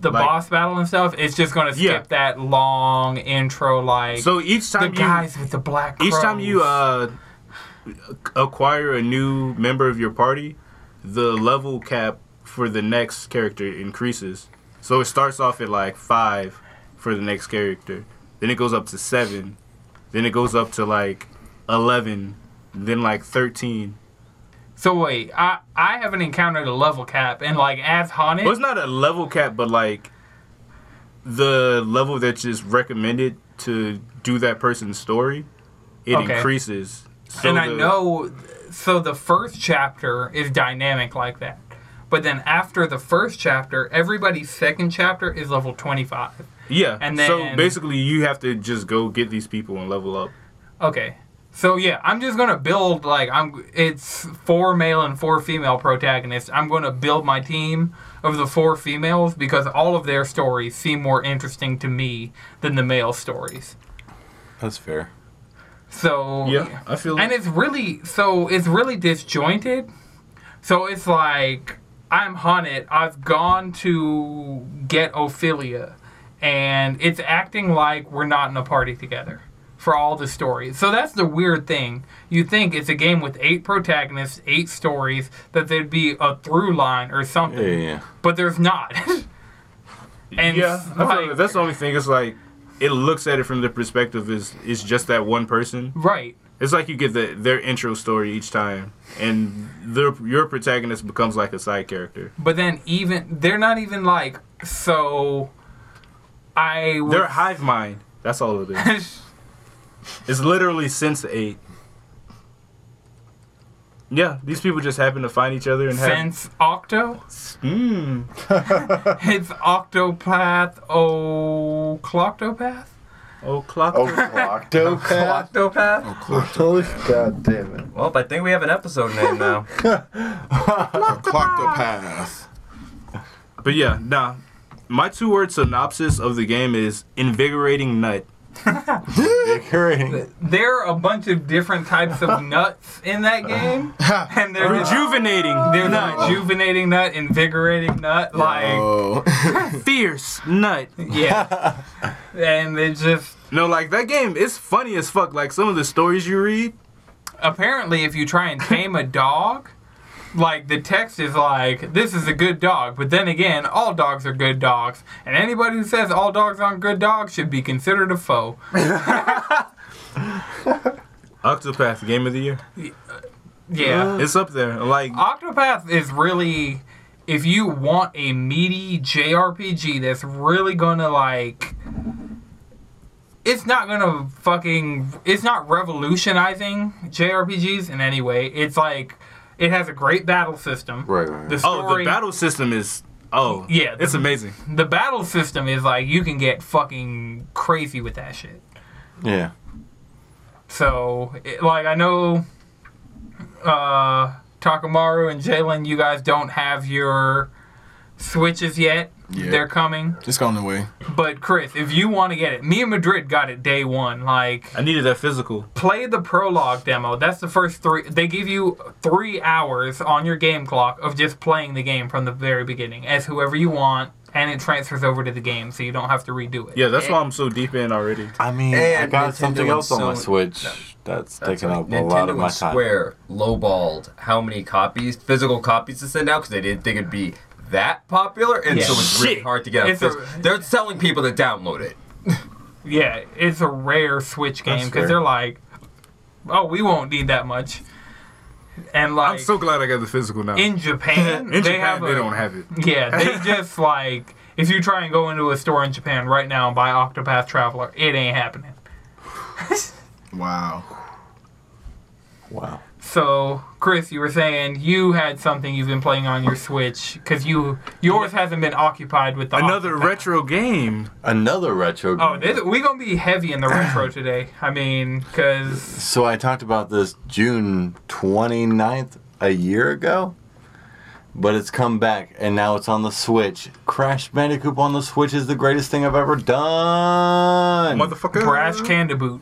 [SPEAKER 1] the
[SPEAKER 3] like-
[SPEAKER 1] boss battle and stuff? It's just gonna skip
[SPEAKER 3] Yeah.
[SPEAKER 1] that long intro, like
[SPEAKER 3] So each
[SPEAKER 1] the
[SPEAKER 3] time you
[SPEAKER 1] guys with the black.
[SPEAKER 3] each time you
[SPEAKER 1] crows.
[SPEAKER 3] uh acquire a new member of your party, the level cap for the next character increases. So it starts off at like five for the next character. Then it goes up to seven. Then it goes up to like eleven. Then like thirteen.
[SPEAKER 1] So wait, I I haven't encountered a level cap, and like as haunted,
[SPEAKER 3] Well, it's not a level cap, but like the level that's just recommended to do that person's story, it
[SPEAKER 1] Okay.
[SPEAKER 3] increases. So
[SPEAKER 1] and I
[SPEAKER 3] the-
[SPEAKER 1] know. So the first chapter is dynamic like that, but then after the first chapter, everybody's second chapter is level twenty five.
[SPEAKER 3] Yeah.
[SPEAKER 1] and
[SPEAKER 3] And
[SPEAKER 1] then-
[SPEAKER 3] so basically, you have to just go get these people and level up.
[SPEAKER 1] Okay. So yeah, I'm just gonna build like I'm. It's four male and four female protagonists. I'm gonna build my team of the four females because all of their stories seem more interesting to me than the male stories.
[SPEAKER 4] That's fair.
[SPEAKER 1] So
[SPEAKER 3] Yeah, I feel
[SPEAKER 1] and
[SPEAKER 3] it.
[SPEAKER 1] it's really so it's really disjointed. So it's like I'm haunted. I've gone to get Ophelia, and it's acting like we're not in a party together for all the stories. So that's the weird thing. You think it's a game with eight protagonists, eight stories, that there'd be a through line or something,
[SPEAKER 4] Yeah, yeah, yeah.
[SPEAKER 1] but there's not. and
[SPEAKER 3] yeah, I feel
[SPEAKER 1] like-
[SPEAKER 3] like that's the only thing. It's like it looks at it from the perspective is it's just that one person.
[SPEAKER 1] right.
[SPEAKER 3] It's like you get the, their intro story each time, and their your protagonist becomes like a side character.
[SPEAKER 1] But then even they're not even like so. I was-
[SPEAKER 3] They're a hive mind. That's all it is. it's literally since eight. Yeah, these people just happen to find each other and have.
[SPEAKER 1] since Octo.
[SPEAKER 3] Mm,
[SPEAKER 1] It's Octopath O Cloctopath.
[SPEAKER 3] oh, clock.
[SPEAKER 6] Oh, Octopath.
[SPEAKER 5] Octopath?
[SPEAKER 6] Holy God damn it.
[SPEAKER 5] Well, I think we have an episode name now.
[SPEAKER 2] Clocked up path.
[SPEAKER 3] But yeah, nah. My two word synopsis of the game is invigorating nut.
[SPEAKER 4] Decorating.
[SPEAKER 1] There are a bunch of different types of nuts in that game, and they're
[SPEAKER 3] Rejuvenating
[SPEAKER 1] There's
[SPEAKER 3] nut.
[SPEAKER 1] a rejuvenating nut, invigorating nut, like
[SPEAKER 2] Oh,
[SPEAKER 3] Fierce nut.
[SPEAKER 1] yeah, and they just
[SPEAKER 3] No, like that game is funny as fuck. Like some of the stories you read,
[SPEAKER 1] apparently if you try and tame a dog, like the text is like this is a good dog, but then again, all dogs are good dogs, and anybody who says all dogs aren't good dogs should be considered a foe.
[SPEAKER 3] Octopath Game of the Year.
[SPEAKER 1] Yeah.
[SPEAKER 3] It's up there. Like
[SPEAKER 1] Octopath is really if you want a meaty JRPG that's really gonna like it's not gonna fucking it's not revolutionizing JRPGs in any way. It's like it has a great battle system.
[SPEAKER 4] Right, right, right.
[SPEAKER 1] The
[SPEAKER 3] oh,
[SPEAKER 1] story
[SPEAKER 3] the battle system is oh
[SPEAKER 1] Yeah,
[SPEAKER 3] it's
[SPEAKER 1] the-
[SPEAKER 3] amazing.
[SPEAKER 1] the battle system is like you can get fucking crazy with that shit.
[SPEAKER 4] Yeah.
[SPEAKER 1] So, it, like, I know uh, Takamaru and Jalen, you guys don't have your switches yet.
[SPEAKER 2] Yeah.
[SPEAKER 1] They're coming.
[SPEAKER 2] it's on the way.
[SPEAKER 1] But, Chris, if you want to get it, me and Madrid got it day one. Like,
[SPEAKER 3] I needed that physical.
[SPEAKER 1] play the prologue demo. That's the first three. They give you three hours on your game clock of just playing the game from the very beginning as whoever you want, and it transfers over to the game so you don't have to redo it.
[SPEAKER 3] Yeah, that's why I'm so deep in already.
[SPEAKER 4] I mean, I
[SPEAKER 5] And
[SPEAKER 4] got
[SPEAKER 5] Nintendo
[SPEAKER 4] something
[SPEAKER 5] and
[SPEAKER 4] else on my
[SPEAKER 5] Sony-
[SPEAKER 4] Switch
[SPEAKER 5] No.
[SPEAKER 4] that's,
[SPEAKER 5] That's
[SPEAKER 4] taking
[SPEAKER 5] right.
[SPEAKER 4] up a
[SPEAKER 5] Nintendo
[SPEAKER 4] lot of my
[SPEAKER 5] and
[SPEAKER 4] time.
[SPEAKER 5] Square lowballed how many copies, physical copies to send out because they didn't think it'd be that popular, and
[SPEAKER 1] Yeah.
[SPEAKER 5] so it's really
[SPEAKER 3] Shit.
[SPEAKER 5] hard to get. A
[SPEAKER 1] It's a-
[SPEAKER 5] phys- They're selling people to download it.
[SPEAKER 1] Yeah, it's a rare Switch game
[SPEAKER 4] fair.
[SPEAKER 1] because they're like, oh, we won't need that much. And
[SPEAKER 3] I'm
[SPEAKER 1] like
[SPEAKER 3] so glad I got the physical now.
[SPEAKER 1] in Japan, they
[SPEAKER 3] In Japan,
[SPEAKER 1] have
[SPEAKER 3] they
[SPEAKER 1] a,
[SPEAKER 3] don't have Oh, it.
[SPEAKER 1] Yeah, they just like if you try and go into a store in Japan right now and buy Octopath Traveler, it ain't happening.
[SPEAKER 2] Wow.
[SPEAKER 4] Wow.
[SPEAKER 1] So, Chris, you were saying you had something you've been playing on your Switch because you yours hasn't been occupied with the
[SPEAKER 3] Another
[SPEAKER 1] Octopath.
[SPEAKER 3] retro game.
[SPEAKER 4] Another retro.
[SPEAKER 1] Oh,
[SPEAKER 4] game.
[SPEAKER 1] this, we gonna be heavy in the retro today. I mean, because
[SPEAKER 4] So I talked about this June 29th a year ago, but it's come back and now it's on the Switch. Crash Bandicoot on the Switch is the greatest thing I've ever done.
[SPEAKER 3] Motherfucker.
[SPEAKER 1] brash candaboot.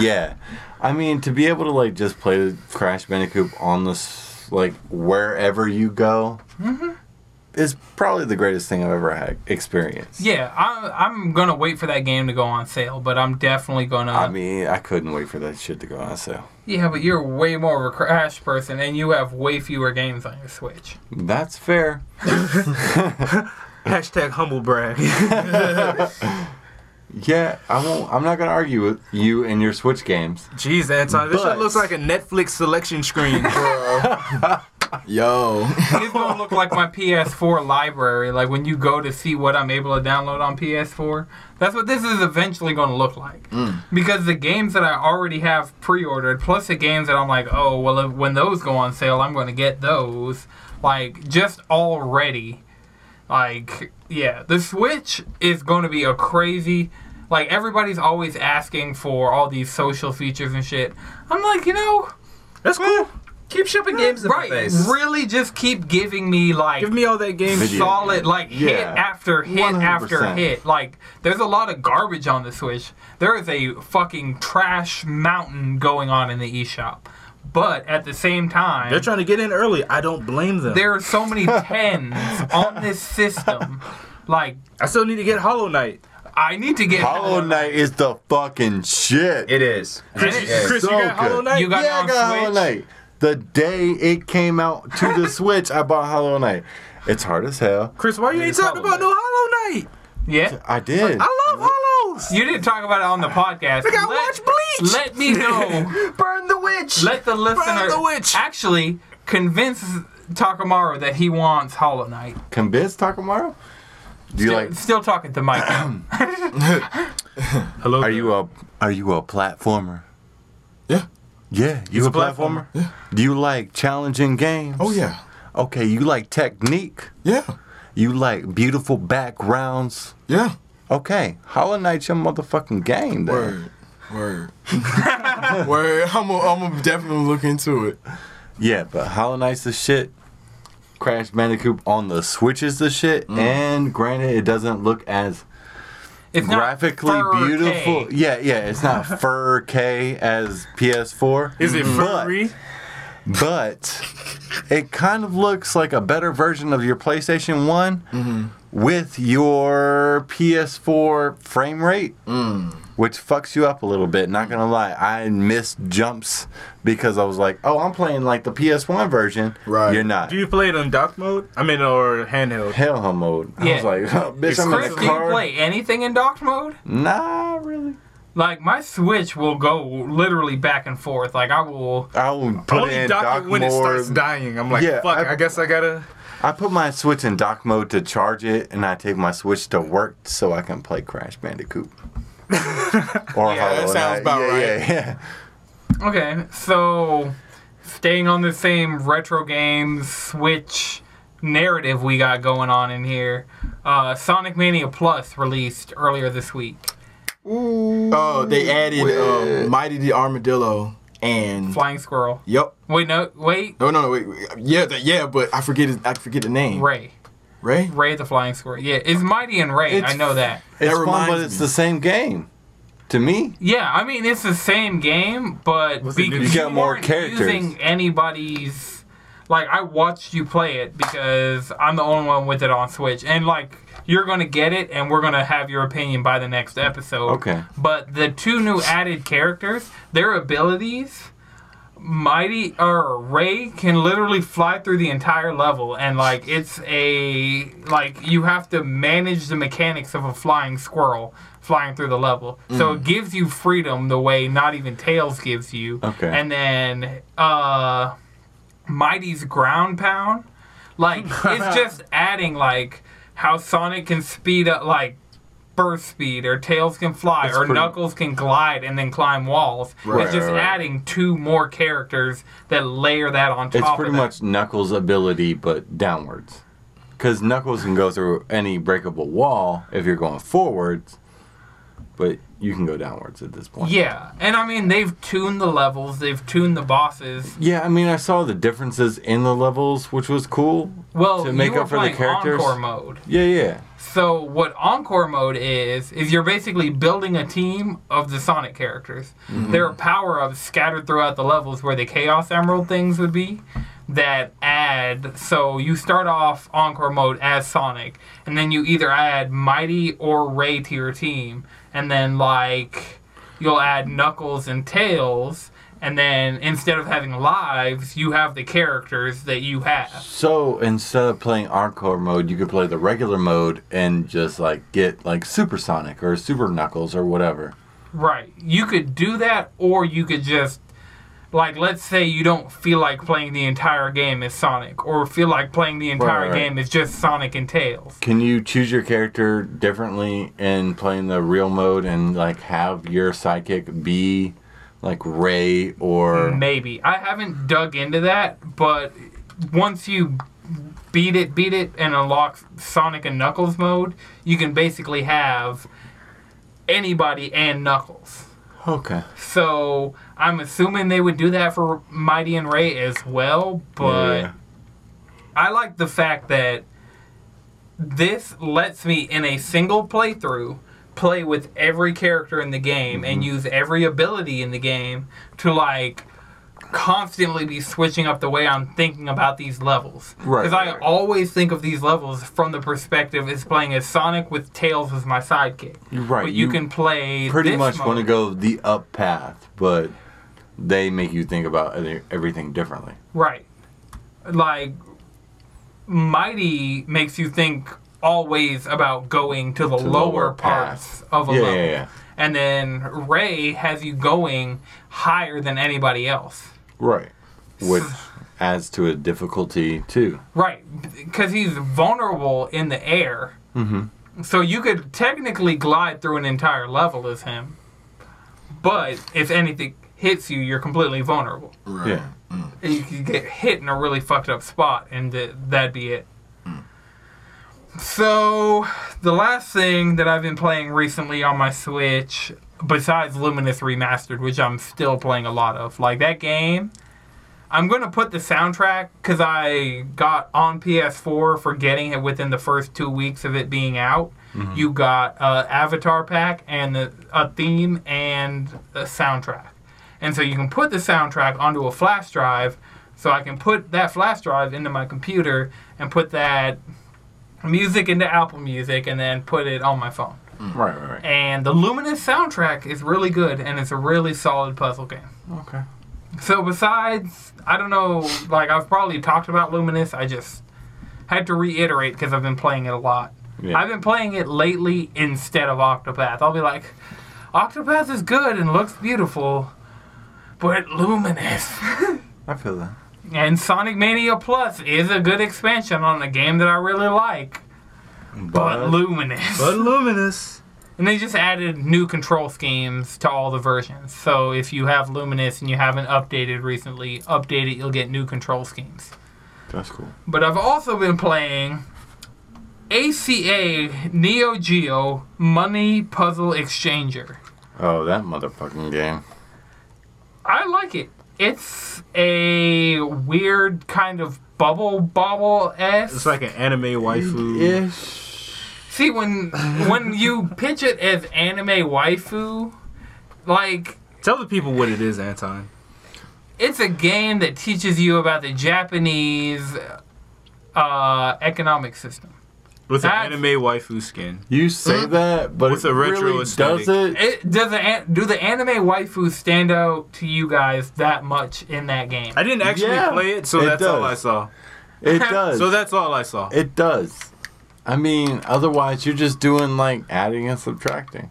[SPEAKER 4] yeah. I mean, to be able to like just play Crash Bandicoot on the s- like wherever you go
[SPEAKER 1] Mm-hmm.
[SPEAKER 4] is probably the greatest thing I've ever had experienced.
[SPEAKER 1] Yeah, I, I'm gonna wait for that game to go on sale, but I'm definitely gonna.
[SPEAKER 4] I mean, I couldn't wait for that shit to go on sale.
[SPEAKER 1] yeah, but you're way more of a Crash person, and you have way fewer games on your Switch.
[SPEAKER 4] That's fair.
[SPEAKER 3] Hashtag humble brag.
[SPEAKER 4] Yeah, I won't. I'm not gonna argue with you and your Switch games.
[SPEAKER 3] Jeez, Anton, this
[SPEAKER 4] But-
[SPEAKER 3] shit looks like a Netflix selection screen.
[SPEAKER 2] Yo,
[SPEAKER 1] It's gonna look like my PS4 library. Like when you go to see what I'm able to download on PS4, that's what this is eventually gonna look like.
[SPEAKER 5] Mm.
[SPEAKER 1] Because the games that I already have pre-ordered, plus the games that I'm like, oh well, if, when those go on sale, I'm gonna get those. Like just already, like yeah, the Switch is gonna be a crazy. Like everybody's always asking for all these social features and shit. I'm like, you know.
[SPEAKER 3] That's cool.
[SPEAKER 5] Keep shipping games in my
[SPEAKER 1] Right,
[SPEAKER 5] face.
[SPEAKER 1] really just keep giving me like
[SPEAKER 3] Give me all that game.
[SPEAKER 4] Video.
[SPEAKER 1] solid like hit
[SPEAKER 4] Yeah.
[SPEAKER 1] after hit after
[SPEAKER 4] 100%.
[SPEAKER 1] hit. Like there's a lot of garbage on the Switch. There is a fucking trash mountain going on in the eShop. But at the same time,
[SPEAKER 3] They're trying to get in early. I don't blame them.
[SPEAKER 1] there are so many tens on this system. Like
[SPEAKER 3] I still need to get Hollow Knight.
[SPEAKER 1] I need to get
[SPEAKER 4] Hollow Knight is the fucking shit.
[SPEAKER 5] It is.
[SPEAKER 3] Chris,
[SPEAKER 5] It is.
[SPEAKER 3] Chris
[SPEAKER 4] So
[SPEAKER 3] you got
[SPEAKER 4] good.
[SPEAKER 3] Hollow Knight?
[SPEAKER 1] You got it
[SPEAKER 4] yeah,
[SPEAKER 1] on
[SPEAKER 4] I got Hollow
[SPEAKER 1] Switch?
[SPEAKER 4] Knight. The day it came out to the Switch, I bought Hollow Knight. It's hard as hell.
[SPEAKER 3] Chris, why you ain't talking
[SPEAKER 5] Hollow
[SPEAKER 3] about no Hollow Knight?
[SPEAKER 1] yeah.
[SPEAKER 4] I did.
[SPEAKER 3] I love Hollows.
[SPEAKER 1] You didn't talk about it on the podcast.
[SPEAKER 3] Nigga, I watch Bleach.
[SPEAKER 1] Let me know.
[SPEAKER 5] Burn the witch.
[SPEAKER 1] Let the listener
[SPEAKER 3] the witch.
[SPEAKER 1] actually convince Takamaru that he wants Hollow Knight.
[SPEAKER 4] Convinced Takamaro? Do you like?
[SPEAKER 1] Still talking to Mike.
[SPEAKER 3] Hello.
[SPEAKER 4] Are you a Are you a platformer?
[SPEAKER 2] yeah,
[SPEAKER 4] Yeah, you a platformer. Do you like challenging games?
[SPEAKER 2] oh yeah,
[SPEAKER 4] Okay, you like technique.
[SPEAKER 2] yeah,
[SPEAKER 4] You like beautiful backgrounds.
[SPEAKER 2] yeah.
[SPEAKER 4] Okay, Hollow Knight your motherfucking game. Then.
[SPEAKER 2] Word, word, word. I'm gonna I'm gonna definitely look into it.
[SPEAKER 4] Yeah, but Hollow Knight's the shit. Crash Bandicoot on the Switch is the shit. And granted, it doesn't look as
[SPEAKER 1] It's not
[SPEAKER 4] graphically
[SPEAKER 1] 4K.
[SPEAKER 4] beautiful. Yeah, yeah, it's not 4K as PS4.
[SPEAKER 3] Is it
[SPEAKER 4] But-
[SPEAKER 3] furry?
[SPEAKER 4] but it kind of looks like a better version of your PlayStation one with your PS4 frame rate, which fucks you up a little bit. Not gonna lie, I missed jumps because I was like, "Oh, I'm playing like the PS1 version."
[SPEAKER 2] Right.
[SPEAKER 4] You're not.
[SPEAKER 3] Do you play it on dock mode? I mean, or handheld?
[SPEAKER 4] Hell hell mode. I
[SPEAKER 1] Yeah.
[SPEAKER 4] was like, oh, "Bitch, I'm in
[SPEAKER 1] Chris,
[SPEAKER 4] the
[SPEAKER 1] do you
[SPEAKER 4] car."
[SPEAKER 1] play anything in docked mode?
[SPEAKER 4] Nah, really.
[SPEAKER 1] Like my Switch will go literally back and forth. Like I will.
[SPEAKER 4] I will put it
[SPEAKER 3] Only
[SPEAKER 4] in
[SPEAKER 3] dock
[SPEAKER 4] dock
[SPEAKER 3] it when it starts
[SPEAKER 4] mode.
[SPEAKER 3] dying. I'm like,
[SPEAKER 4] Yeah,
[SPEAKER 3] fuck.
[SPEAKER 4] I-
[SPEAKER 3] I, guess I gotta.
[SPEAKER 4] I put my Switch in dock mode to charge it, and I take my Switch to work so I can play Crash Bandicoot. or yeah,
[SPEAKER 2] that sounds about
[SPEAKER 4] yeah,
[SPEAKER 2] right.
[SPEAKER 4] Yeah, yeah.
[SPEAKER 1] Okay, so staying on the same retro game Switch narrative we got going on in here. Uh, Sonic Mania Plus released earlier this week.
[SPEAKER 2] Oh, they added uh, Mighty the Armadillo and
[SPEAKER 1] Flying Squirrel.
[SPEAKER 2] Yep.
[SPEAKER 1] Wait, no, wait.
[SPEAKER 2] No, no, no. Wait, wait. yeah, the, yeah, but I forget. His, I forget the name.
[SPEAKER 1] Ray.
[SPEAKER 2] Ray.
[SPEAKER 1] Ray the Flying Squirrel. Yeah, it's Mighty and Ray.
[SPEAKER 4] It's-
[SPEAKER 1] I know that.
[SPEAKER 4] It's fun,
[SPEAKER 2] reminds
[SPEAKER 4] but it's
[SPEAKER 2] me.
[SPEAKER 4] the same game. To me,
[SPEAKER 1] Yeah, I mean it's the same game, but
[SPEAKER 3] it new?
[SPEAKER 1] because
[SPEAKER 4] You got more
[SPEAKER 1] weren't
[SPEAKER 4] characters.
[SPEAKER 1] Using anybody's, like I watched you play it because I'm the only one with it on Switch, and like you're gonna get it, and we're gonna have your opinion by the next episode.
[SPEAKER 4] Okay.
[SPEAKER 1] But the two new added characters, their abilities. Mighty or Ray can literally fly through the entire level, and like it's a like you have to manage the mechanics of a flying squirrel flying through the level. So
[SPEAKER 4] Mm.
[SPEAKER 1] it gives you freedom the way not even Tails gives you.
[SPEAKER 4] Okay.
[SPEAKER 1] And then uh, Mighty's ground pound, like it's just adding like how Sonic can speed up like burst speed or tails can fly or
[SPEAKER 4] pretty-
[SPEAKER 1] knuckles can glide and then climb walls
[SPEAKER 4] Right,
[SPEAKER 1] it's just
[SPEAKER 4] right, right.
[SPEAKER 1] adding two more characters that layer that on top
[SPEAKER 4] it's pretty
[SPEAKER 1] of it.
[SPEAKER 4] much Knuckles' ability, but downwards. Because Knuckles can go through any breakable wall if you're going forwards, but you can go downwards at this point.
[SPEAKER 1] yeah and i mean they've tuned the levels they've tuned the bosses
[SPEAKER 4] Yeah, I mean, I saw the differences in the levels, which was cool.
[SPEAKER 1] well
[SPEAKER 4] to make
[SPEAKER 1] you were
[SPEAKER 4] up for the
[SPEAKER 1] playing
[SPEAKER 4] characters.
[SPEAKER 1] encore mode
[SPEAKER 4] Yeah, yeah.
[SPEAKER 1] so what encore mode is is you're basically building a team of the sonic characters there are power-ups scattered throughout the levels where the chaos emerald things would be that add so you start off encore mode as sonic and then you either add mighty or ray to your team and then like you'll add knuckles and tails and then instead of having lives, you have the characters that you have.
[SPEAKER 4] So instead of playing hardcore mode, you could play the regular mode and just like get like supersonic or super knuckles or whatever.
[SPEAKER 1] Right. You could do that, or you could just, like, let's say you don't feel like playing the entire game as Sonic, or feel like playing the entire
[SPEAKER 4] Right, right.
[SPEAKER 1] game as just Sonic and Tails.
[SPEAKER 4] Can you choose your character differently in playing the real mode and like have your sidekick be like Ray or
[SPEAKER 1] Maybe. I haven't dug into that, but once you beat it, beat it, and unlock Sonic and Knuckles mode, you can basically have anybody and Knuckles.
[SPEAKER 4] okay?
[SPEAKER 1] So I'm assuming they would do that for Mighty and Ray as well, but
[SPEAKER 4] Yeah.
[SPEAKER 1] I like the fact that this lets me in a single playthrough play with every character in the game and
[SPEAKER 4] Mm-hmm.
[SPEAKER 1] use every ability in the game to like constantly be switching up the way I'm thinking about these levels.
[SPEAKER 4] Right,
[SPEAKER 1] Because I
[SPEAKER 4] right.
[SPEAKER 1] always think of these levels from the perspective as playing as Sonic with Tails as my sidekick.
[SPEAKER 4] Right,
[SPEAKER 1] But you,
[SPEAKER 4] you
[SPEAKER 1] can play
[SPEAKER 4] Pretty
[SPEAKER 1] this
[SPEAKER 4] much want to
[SPEAKER 1] mode.
[SPEAKER 4] go the up path, but they make you think about other- everything differently.
[SPEAKER 1] Right. Like, Mighty makes you think always about going to the
[SPEAKER 4] the
[SPEAKER 1] lower,
[SPEAKER 4] lower
[SPEAKER 1] parts
[SPEAKER 4] path.
[SPEAKER 1] of a
[SPEAKER 4] Yeah,
[SPEAKER 1] level.
[SPEAKER 4] yeah, yeah.
[SPEAKER 1] And then Ray has you going higher than anybody else.
[SPEAKER 4] Right. Which adds to a difficulty too.
[SPEAKER 1] Right. Because he's vulnerable in the air. Mm-hmm. So you could technically glide through an entire level as him. But if anything hits you, you're completely vulnerable.
[SPEAKER 2] Right.
[SPEAKER 4] Yeah.
[SPEAKER 1] And you could get hit in a really fucked up spot, and th- that'd be it. So, the last thing that I've been playing recently on my Switch, besides Luminous Remastered, which I'm still playing a lot of, like that game, I'm going to put the soundtrack because I got on PS4 for getting it within the first two weeks of it being out. You got uh, Avatar Pack and the, a theme and a soundtrack. And so you can put the soundtrack onto a flash drive. So I can put that flash drive into my computer and put that music into Apple Music and then put it on my phone.
[SPEAKER 4] Right, right, right.
[SPEAKER 1] And the Luminous soundtrack is really good and it's a really solid puzzle game.
[SPEAKER 4] Okay.
[SPEAKER 1] So besides, I don't know, like I've probably talked about Luminous, I just had to reiterate because I've been playing it a lot.
[SPEAKER 4] Yeah.
[SPEAKER 1] I've been playing it lately instead of Octopath. I'll be like, Octopath is good and looks beautiful, but Luminous
[SPEAKER 4] I feel that.
[SPEAKER 1] and Sonic Mania Plus is a good expansion on a game that I really like, but Luminous.
[SPEAKER 3] But luminous.
[SPEAKER 1] And they just added new control schemes to all the versions. So if you have Luminous and you haven't updated recently, update it, you'll get new control schemes.
[SPEAKER 4] That's cool.
[SPEAKER 1] But I've also been playing ACA Neo Geo Money Puzzle Exchanger.
[SPEAKER 4] Oh, that motherfucking game.
[SPEAKER 1] I like it. It's a weird kind of bubble bobble esque.
[SPEAKER 3] It's like an anime waifu.
[SPEAKER 1] See when when you pitch it as anime waifu, like
[SPEAKER 3] Tell the people what it is, Anton.
[SPEAKER 1] it's a game that teaches you about the Japanese uh, economic system.
[SPEAKER 3] With
[SPEAKER 1] That's-
[SPEAKER 3] an anime waifu skin.
[SPEAKER 4] You say that, but
[SPEAKER 3] With
[SPEAKER 4] it
[SPEAKER 3] a retro
[SPEAKER 4] really
[SPEAKER 3] aesthetic.
[SPEAKER 4] does it.
[SPEAKER 1] It, does the an- do the anime waifus stand out to you guys that much in that game?
[SPEAKER 3] I didn't actually
[SPEAKER 4] Yeah,
[SPEAKER 3] play it, so
[SPEAKER 4] it
[SPEAKER 3] that's all
[SPEAKER 4] does.
[SPEAKER 3] I saw.
[SPEAKER 4] It does.
[SPEAKER 3] So that's all I saw.
[SPEAKER 4] it does. I mean, otherwise you're just doing like adding and subtracting.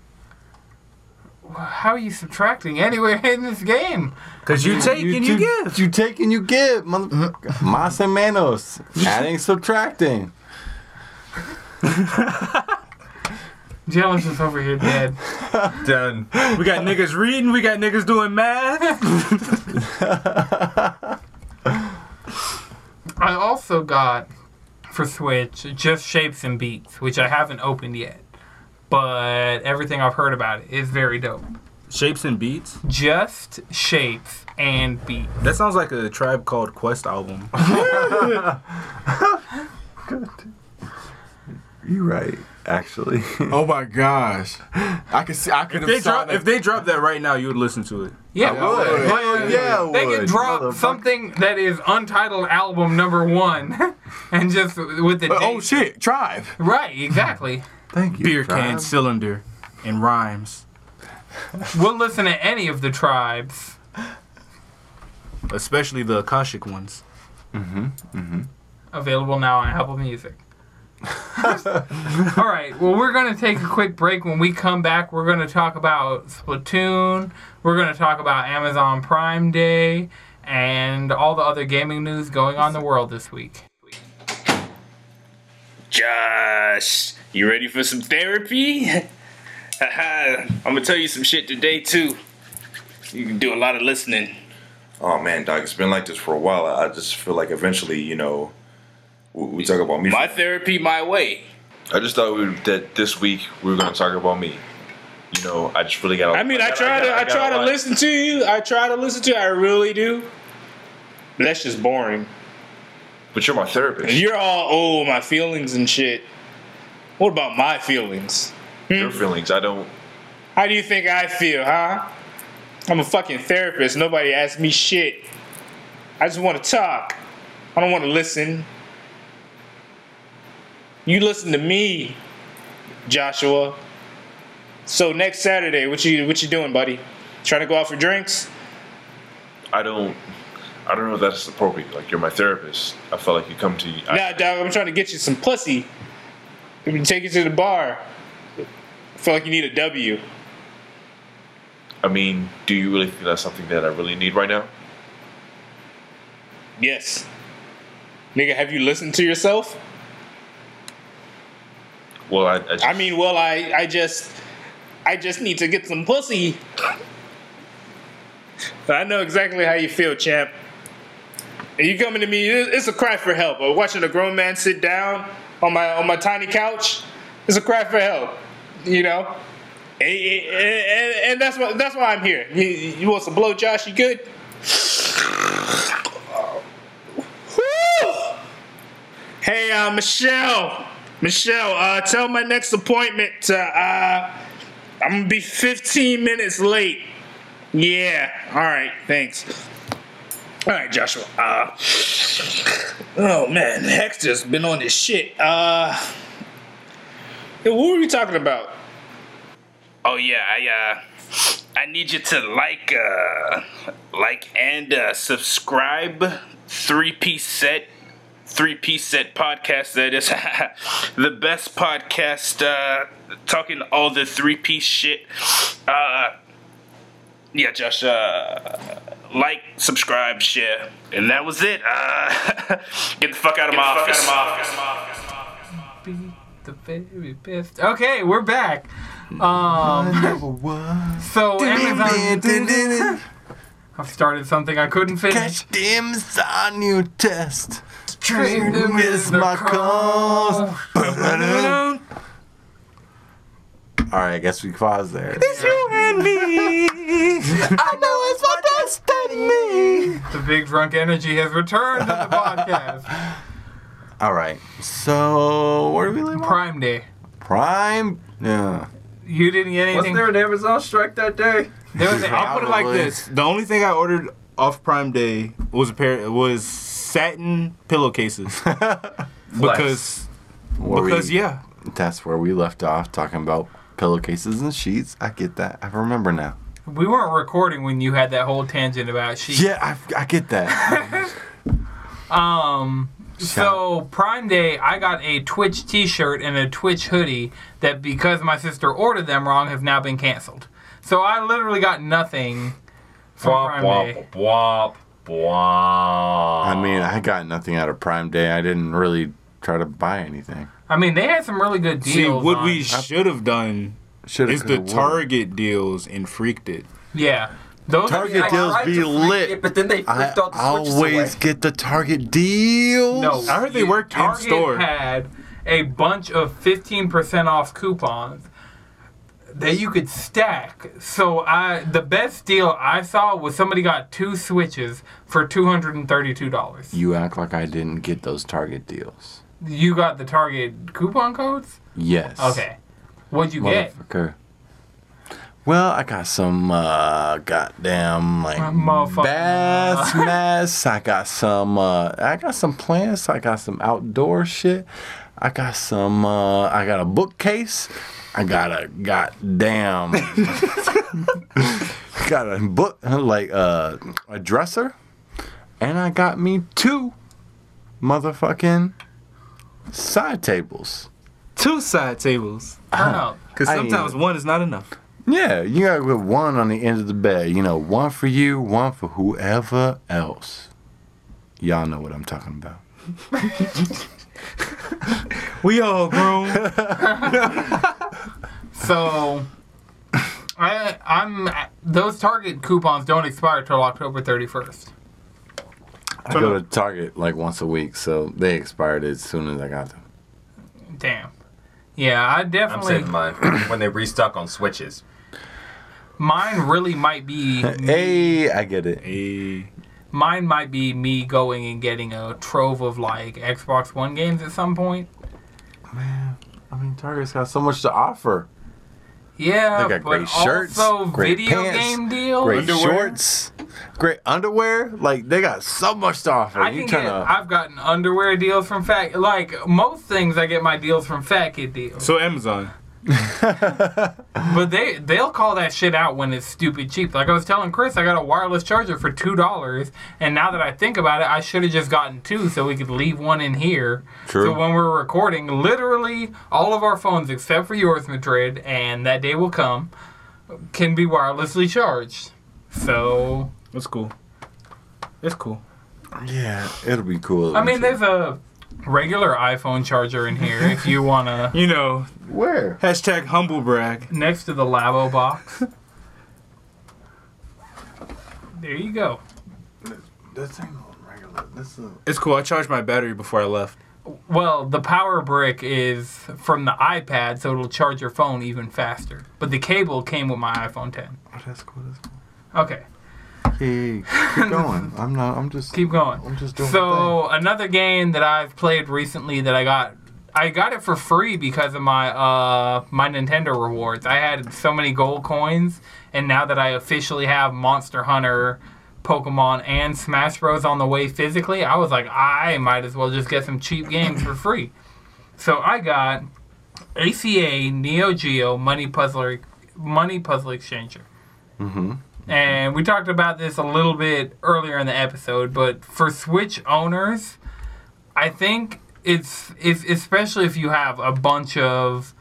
[SPEAKER 1] How are you subtracting anywhere in this game?
[SPEAKER 3] Because you take and you
[SPEAKER 4] do-
[SPEAKER 3] give.
[SPEAKER 4] You take and you give. Motherfucker. Mas and menos. Adding, subtracting.
[SPEAKER 1] Jalen's just over here dead.
[SPEAKER 5] Done.
[SPEAKER 3] We got niggas reading, we got niggas doing math.
[SPEAKER 1] I also got for Switch just Shapes and Beats, which I haven't opened yet, but everything I've heard about it is very dope.
[SPEAKER 3] Shapes and beats.
[SPEAKER 1] Just Shapes and Beats.
[SPEAKER 3] That sounds like a Tribe Called Quest album.
[SPEAKER 4] You're right, actually.
[SPEAKER 2] Oh my gosh. I could see. I could
[SPEAKER 3] If they
[SPEAKER 2] have saw
[SPEAKER 3] drop,
[SPEAKER 2] that.
[SPEAKER 3] if they drop that right now, you would listen to it.
[SPEAKER 1] Yeah,
[SPEAKER 2] would.
[SPEAKER 4] Hell yeah,
[SPEAKER 1] They
[SPEAKER 4] would,
[SPEAKER 1] can drop
[SPEAKER 4] motherfucker.
[SPEAKER 1] something that is untitled album number one, and just with the
[SPEAKER 2] oh
[SPEAKER 1] date-
[SPEAKER 2] shit! Tribe.
[SPEAKER 1] right, exactly.
[SPEAKER 4] Thank you.
[SPEAKER 3] Beer
[SPEAKER 4] Tribe.
[SPEAKER 3] can cylinder and rhymes.
[SPEAKER 1] We'll listen to any of the tribes.
[SPEAKER 3] especially the Akashic ones.
[SPEAKER 1] Available now on Apple Music. All right. Well, we're gonna take a quick break. When we come back, we're gonna talk about Splatoon. We're gonna talk about Amazon Prime Day and all the other gaming news going on in the world this week.
[SPEAKER 7] Josh, you ready for some therapy? Haha, I'm gonna tell you some shit today too. You can do a lot of listening.
[SPEAKER 8] Oh man, Doc, it's been like this for a while. I I just feel like eventually, you know, we, we talk about me.
[SPEAKER 7] My therapy, my way.
[SPEAKER 8] I just thought we would, that this week we were gonna talk about me. You know, I just really got.
[SPEAKER 7] I mean, I try to, I try to listen to you. I try to listen to you. I really do. But that's just boring.
[SPEAKER 8] But you're my therapist.
[SPEAKER 7] You're all oh my feelings and shit. What about my feelings?
[SPEAKER 8] Your feelings. I don't.
[SPEAKER 7] How do you think I feel, huh? I'm a fucking therapist. Nobody asked me shit. I just want to talk. I don't want to listen. You listen to me, Joshua. So next Saturday, what you what you doing, buddy? Trying to go out for drinks?
[SPEAKER 8] I don't. I don't know if that's appropriate. Like you're my therapist. I felt like you come to. I,
[SPEAKER 7] Nah, dog. I'm trying to get you some pussy. I'm gonna take you to the bar. I feel like you need a W.
[SPEAKER 8] I mean, do you really think that's something that I really need right now?
[SPEAKER 7] Yes. Nigga, have you listened to yourself?
[SPEAKER 8] Well, I. I, just,
[SPEAKER 7] I mean, well, I, I just, I just need to get some pussy. I know exactly how you feel, champ. And you coming to me? it- It's a cry for help. Or watching a grown man sit down on my on my tiny couch, it's a cry for help. You know, and, and, and that's why that's why I'm here. You, you want some blow, Josh? You good? Whew! Hey, uh, Michelle. Michelle, uh, tell my next appointment to, uh, I'm gonna be 15 minutes late. Yeah, alright, thanks. Alright, Joshua. Uh, oh man, Hector's been on this shit. Uh, yeah, what were we talking about? Oh yeah, I uh, I need you to like, uh, like and uh, subscribe. Three piece set, three piece set podcast. That is the best podcast. Uh, talking all the three piece shit. Uh, yeah, Josh. Uh, like, subscribe, share, and that was it. Uh, get the fuck out of my office.
[SPEAKER 1] Be the very best. Okay, we're back. Um,
[SPEAKER 4] Number one.
[SPEAKER 1] so Amazon. I've started something I couldn't finish.
[SPEAKER 4] Catch dims on new test.
[SPEAKER 1] Train to miss
[SPEAKER 4] my
[SPEAKER 1] my
[SPEAKER 4] calls.
[SPEAKER 1] calls.
[SPEAKER 4] All right, I guess we pause there. It's you and me. I know it's my destiny.
[SPEAKER 1] The big drunk energy has returned to the podcast.
[SPEAKER 4] All right, so where do we leave off?
[SPEAKER 1] Prime Day.
[SPEAKER 4] Prime. Yeah.
[SPEAKER 1] You didn't get anything.
[SPEAKER 6] Wasn't there an Amazon strike that day?
[SPEAKER 1] There was a-
[SPEAKER 3] I'll put it like this: the only thing I ordered off Prime Day was a pair was satin pillowcases because
[SPEAKER 4] Where we-
[SPEAKER 3] because yeah.
[SPEAKER 4] That's where we left off talking about pillowcases and sheets. I get that. I remember now.
[SPEAKER 1] we weren't recording when you had that whole tangent about she.
[SPEAKER 4] Yeah, I, I get that.
[SPEAKER 1] Um. So Prime Day, I got a Twitch T-shirt and a Twitch hoodie that because my sister ordered them wrong have now been canceled. So I literally got nothing from
[SPEAKER 5] Womp,
[SPEAKER 1] Prime Day.
[SPEAKER 5] womp, womp, womp.
[SPEAKER 4] I mean, I got nothing out of Prime Day. I didn't really try to buy anything.
[SPEAKER 1] I mean, they had some really good deals.
[SPEAKER 3] See, what
[SPEAKER 1] on-
[SPEAKER 3] we should have done
[SPEAKER 4] Should
[SPEAKER 3] is the Target deals and freaked it.
[SPEAKER 1] Yeah, those.
[SPEAKER 4] Target
[SPEAKER 1] I-
[SPEAKER 4] deals
[SPEAKER 5] tried
[SPEAKER 4] be
[SPEAKER 5] to freak
[SPEAKER 4] lit.
[SPEAKER 5] it, but then they
[SPEAKER 4] I
[SPEAKER 5] flipped all the switches
[SPEAKER 4] always
[SPEAKER 5] away.
[SPEAKER 4] get the Target deals.
[SPEAKER 1] No,
[SPEAKER 3] I heard they worked in
[SPEAKER 1] Target
[SPEAKER 3] store.
[SPEAKER 1] Had a bunch of fifteen percent off coupons that you could stack. So I, the best deal I saw was somebody got two switches for two hundred and thirty-two dollars.
[SPEAKER 4] You act like I didn't get those Target deals.
[SPEAKER 1] You got the Target coupon codes?
[SPEAKER 4] Yes.
[SPEAKER 1] Okay, what'd you get?
[SPEAKER 4] Motherfucker. Well, I got some uh goddamn like
[SPEAKER 1] Motherfucker.
[SPEAKER 4] bass mess. I got some uh I got some plants, I got some outdoor shit. I got some uh I got a bookcase. I got a goddamn got a book like uh a dresser. And I got me two motherfucking side tables.
[SPEAKER 3] Two side tables.
[SPEAKER 1] Turn up.
[SPEAKER 3] Because
[SPEAKER 4] I-
[SPEAKER 3] sometimes one is not enough.
[SPEAKER 4] Yeah, you gotta put one on the end of the bed. You know, one for you, one for whoever else. Y'all know what I'm talking about.
[SPEAKER 3] We all grown.
[SPEAKER 1] So, I I'm those Target coupons don't expire till October 31st.
[SPEAKER 4] I go to Target like once a week, so they expired as soon as I got them.
[SPEAKER 1] Damn. Yeah, I
[SPEAKER 5] I'm
[SPEAKER 1] definitely
[SPEAKER 5] saving mine when they restock on switches.
[SPEAKER 1] mine really might be
[SPEAKER 4] Hey, I get it.
[SPEAKER 1] mine might be me going and getting a trove of like Xbox One games at some point.
[SPEAKER 4] I mean, Target's got so much to offer.
[SPEAKER 1] Yeah,
[SPEAKER 4] They got
[SPEAKER 1] but
[SPEAKER 4] great shirts,
[SPEAKER 1] also
[SPEAKER 4] great
[SPEAKER 1] video
[SPEAKER 4] pants,
[SPEAKER 1] game deals.
[SPEAKER 4] Great
[SPEAKER 1] Oh, Underwear.
[SPEAKER 4] shorts, great underwear. Like they got so much to offer.
[SPEAKER 1] I
[SPEAKER 4] you
[SPEAKER 1] can
[SPEAKER 4] trying
[SPEAKER 1] get,
[SPEAKER 4] to?
[SPEAKER 1] I've gotten underwear deals from Fat like most things I get my deals from Fat Kid deals.
[SPEAKER 3] so Amazon.
[SPEAKER 1] But they they'll call that shit out when it's stupid cheap. Like I was telling Chris, I got a wireless charger for two dollars, and now that I think about it, I should have just gotten two so we could leave one in here.
[SPEAKER 4] True.
[SPEAKER 1] So when we're recording, literally all of our phones except for yours, Madrid, and that day will come, can be wirelessly charged. So
[SPEAKER 3] That's cool. It's cool.
[SPEAKER 4] yeah, it'll be cool.
[SPEAKER 1] I mean, there's a regular iPhone charger in here if you wanna
[SPEAKER 3] You know,
[SPEAKER 4] where?
[SPEAKER 3] hashtag humble brag.
[SPEAKER 1] next to the Labo box. There you go.
[SPEAKER 4] This ain't regular. This is
[SPEAKER 3] It's cool. I charged my battery before I left.
[SPEAKER 1] Well, the power brick is from the iPad, so it'll charge your phone even faster. But the cable came with my iPhone 10.
[SPEAKER 4] oh, that's cool. That's cool.
[SPEAKER 1] Okay,
[SPEAKER 4] Hey, keep going. I'm not. I'm just.
[SPEAKER 1] keep going.
[SPEAKER 4] I'm just doing. my
[SPEAKER 1] So another game that I've played recently that I got, I got it for free because of my uh my Nintendo rewards. I had so many gold coins, and now that I officially have Monster Hunter, Pokemon, and Smash Bros on the way physically, I was like, I might as well just get some cheap games for free. So I got ACA Neo Geo Money Puzzler Money Puzzle Exchanger. And we talked about this a little bit earlier in the episode, but for Switch owners, I think it's if especially if you have a bunch of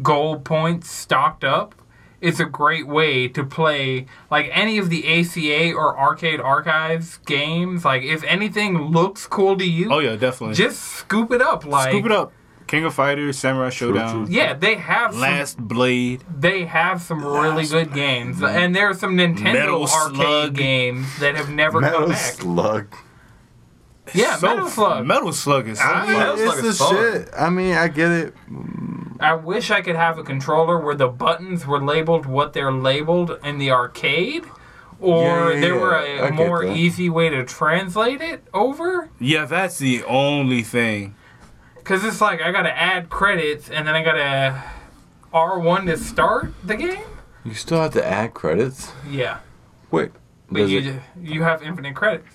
[SPEAKER 1] gold points stocked up, it's a great way to play like any of the ACA or Arcade Archives games. Like if anything looks cool to you,
[SPEAKER 3] Oh yeah, definitely.
[SPEAKER 1] just scoop it up. Like
[SPEAKER 3] Scoop it up. King of Fighters, Samurai Showdown,
[SPEAKER 1] Yeah, they have some-
[SPEAKER 3] Last Blade.
[SPEAKER 1] they have some really good games, and there are some Nintendo
[SPEAKER 3] Metal
[SPEAKER 1] arcade
[SPEAKER 3] Slug.
[SPEAKER 1] games that have never
[SPEAKER 4] thing.
[SPEAKER 1] come
[SPEAKER 4] Metal
[SPEAKER 1] back.
[SPEAKER 4] slug.
[SPEAKER 1] Yeah,
[SPEAKER 3] So-
[SPEAKER 1] Metal Slug. Ah,
[SPEAKER 3] Metal Slug is.
[SPEAKER 1] I-
[SPEAKER 5] Metal
[SPEAKER 4] It's
[SPEAKER 5] Slug
[SPEAKER 4] the
[SPEAKER 5] is fun.
[SPEAKER 4] shit. I mean, I get it.
[SPEAKER 1] I wish I could have a controller where the buttons were labeled what they're labeled in the arcade, or
[SPEAKER 4] Yeah, yeah,
[SPEAKER 1] there were
[SPEAKER 4] yeah. I
[SPEAKER 1] a
[SPEAKER 4] get
[SPEAKER 1] more
[SPEAKER 4] that.
[SPEAKER 1] easy way to translate it over.
[SPEAKER 3] yeah, that's the only thing.
[SPEAKER 1] Because it's like I gotta add credits, and then I gotta R1 to start the game.
[SPEAKER 4] You still have to add credits.
[SPEAKER 1] Yeah,
[SPEAKER 4] Wait.
[SPEAKER 1] but
[SPEAKER 4] does
[SPEAKER 1] you
[SPEAKER 4] it-
[SPEAKER 1] you have infinite credits.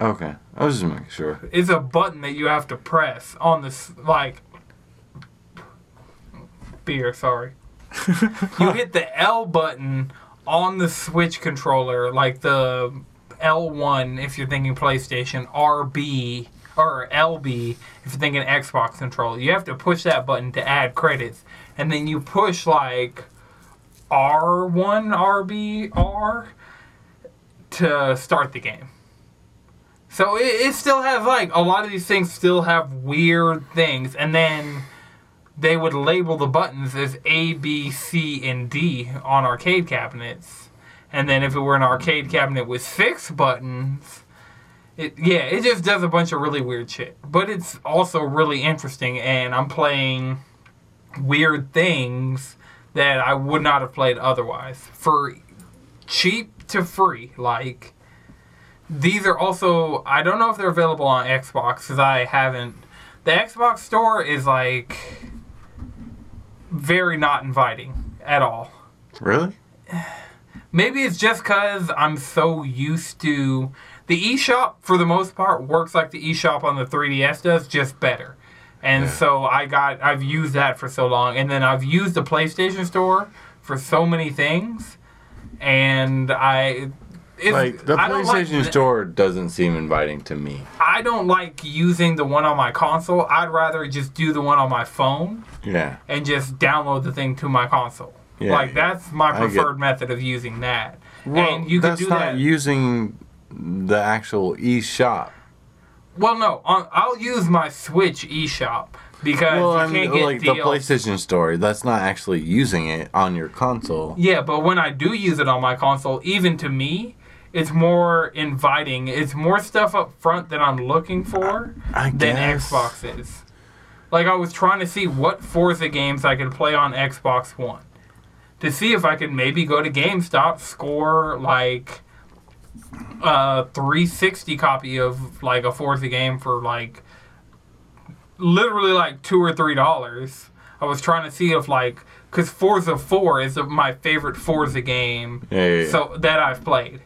[SPEAKER 4] okay. I was just making sure.
[SPEAKER 1] It's a button that you have to press on this like beer sorry you hit the l button on the switch controller like the l1 if you're thinking playstation rb or lb if you're thinking xbox controller you have to push that button to add credits and then you push like r1 rb r to start the game so it, it still has like a lot of these things still have weird things, and then they would label the buttons as A, B, C, and D on arcade cabinets, and then if it were an arcade cabinet with six buttons, it yeah, it just does a bunch of really weird shit. But it's also really interesting, and I'm playing weird things that I would not have played otherwise for cheap to free, like these are also I don't know if they're available on Xbox because I haven't. The Xbox store is like very not inviting at all.
[SPEAKER 4] Really?
[SPEAKER 1] Maybe it's just because I'm so used to the eShop for the most part works like the eShop on the 3DS does, just better. And so I got I've used that for so long, and then I've used the PlayStation Store for so many things, and I if,
[SPEAKER 4] Like the
[SPEAKER 1] I don't like
[SPEAKER 4] PlayStation
[SPEAKER 1] th-
[SPEAKER 4] Store doesn't seem inviting to me.
[SPEAKER 1] I don't like using the one on my console. I'd rather just do the one on my phone
[SPEAKER 4] Yeah.
[SPEAKER 1] and just download the thing to my console.
[SPEAKER 4] Yeah,
[SPEAKER 1] like
[SPEAKER 4] yeah.
[SPEAKER 1] that's my
[SPEAKER 4] get-
[SPEAKER 1] preferred method of using that.
[SPEAKER 4] Well,
[SPEAKER 1] and you can
[SPEAKER 4] that's
[SPEAKER 1] do
[SPEAKER 4] not
[SPEAKER 1] that.
[SPEAKER 4] using the actual eShop.
[SPEAKER 1] well, no, on, I'll use my Switch eShop because
[SPEAKER 4] Well,
[SPEAKER 1] you
[SPEAKER 4] I'm
[SPEAKER 1] can't get
[SPEAKER 4] like the
[SPEAKER 1] DLC.
[SPEAKER 4] PlayStation Store. That's not actually using it on your console.
[SPEAKER 1] Yeah, but when I do use it on my console, even to me, it's more inviting. It's more stuff up front that I'm looking for
[SPEAKER 4] I
[SPEAKER 1] than
[SPEAKER 4] guess.
[SPEAKER 1] Xbox is. Like I was trying to see what Forza games I could play on Xbox One to see if I could maybe go to GameStop, score like a 360 copy of like a Forza game for like literally like two or three dollars. I was trying to see if like because Forza Four is my favorite Forza game,
[SPEAKER 4] Yeah, yeah, yeah.
[SPEAKER 1] so that I've played,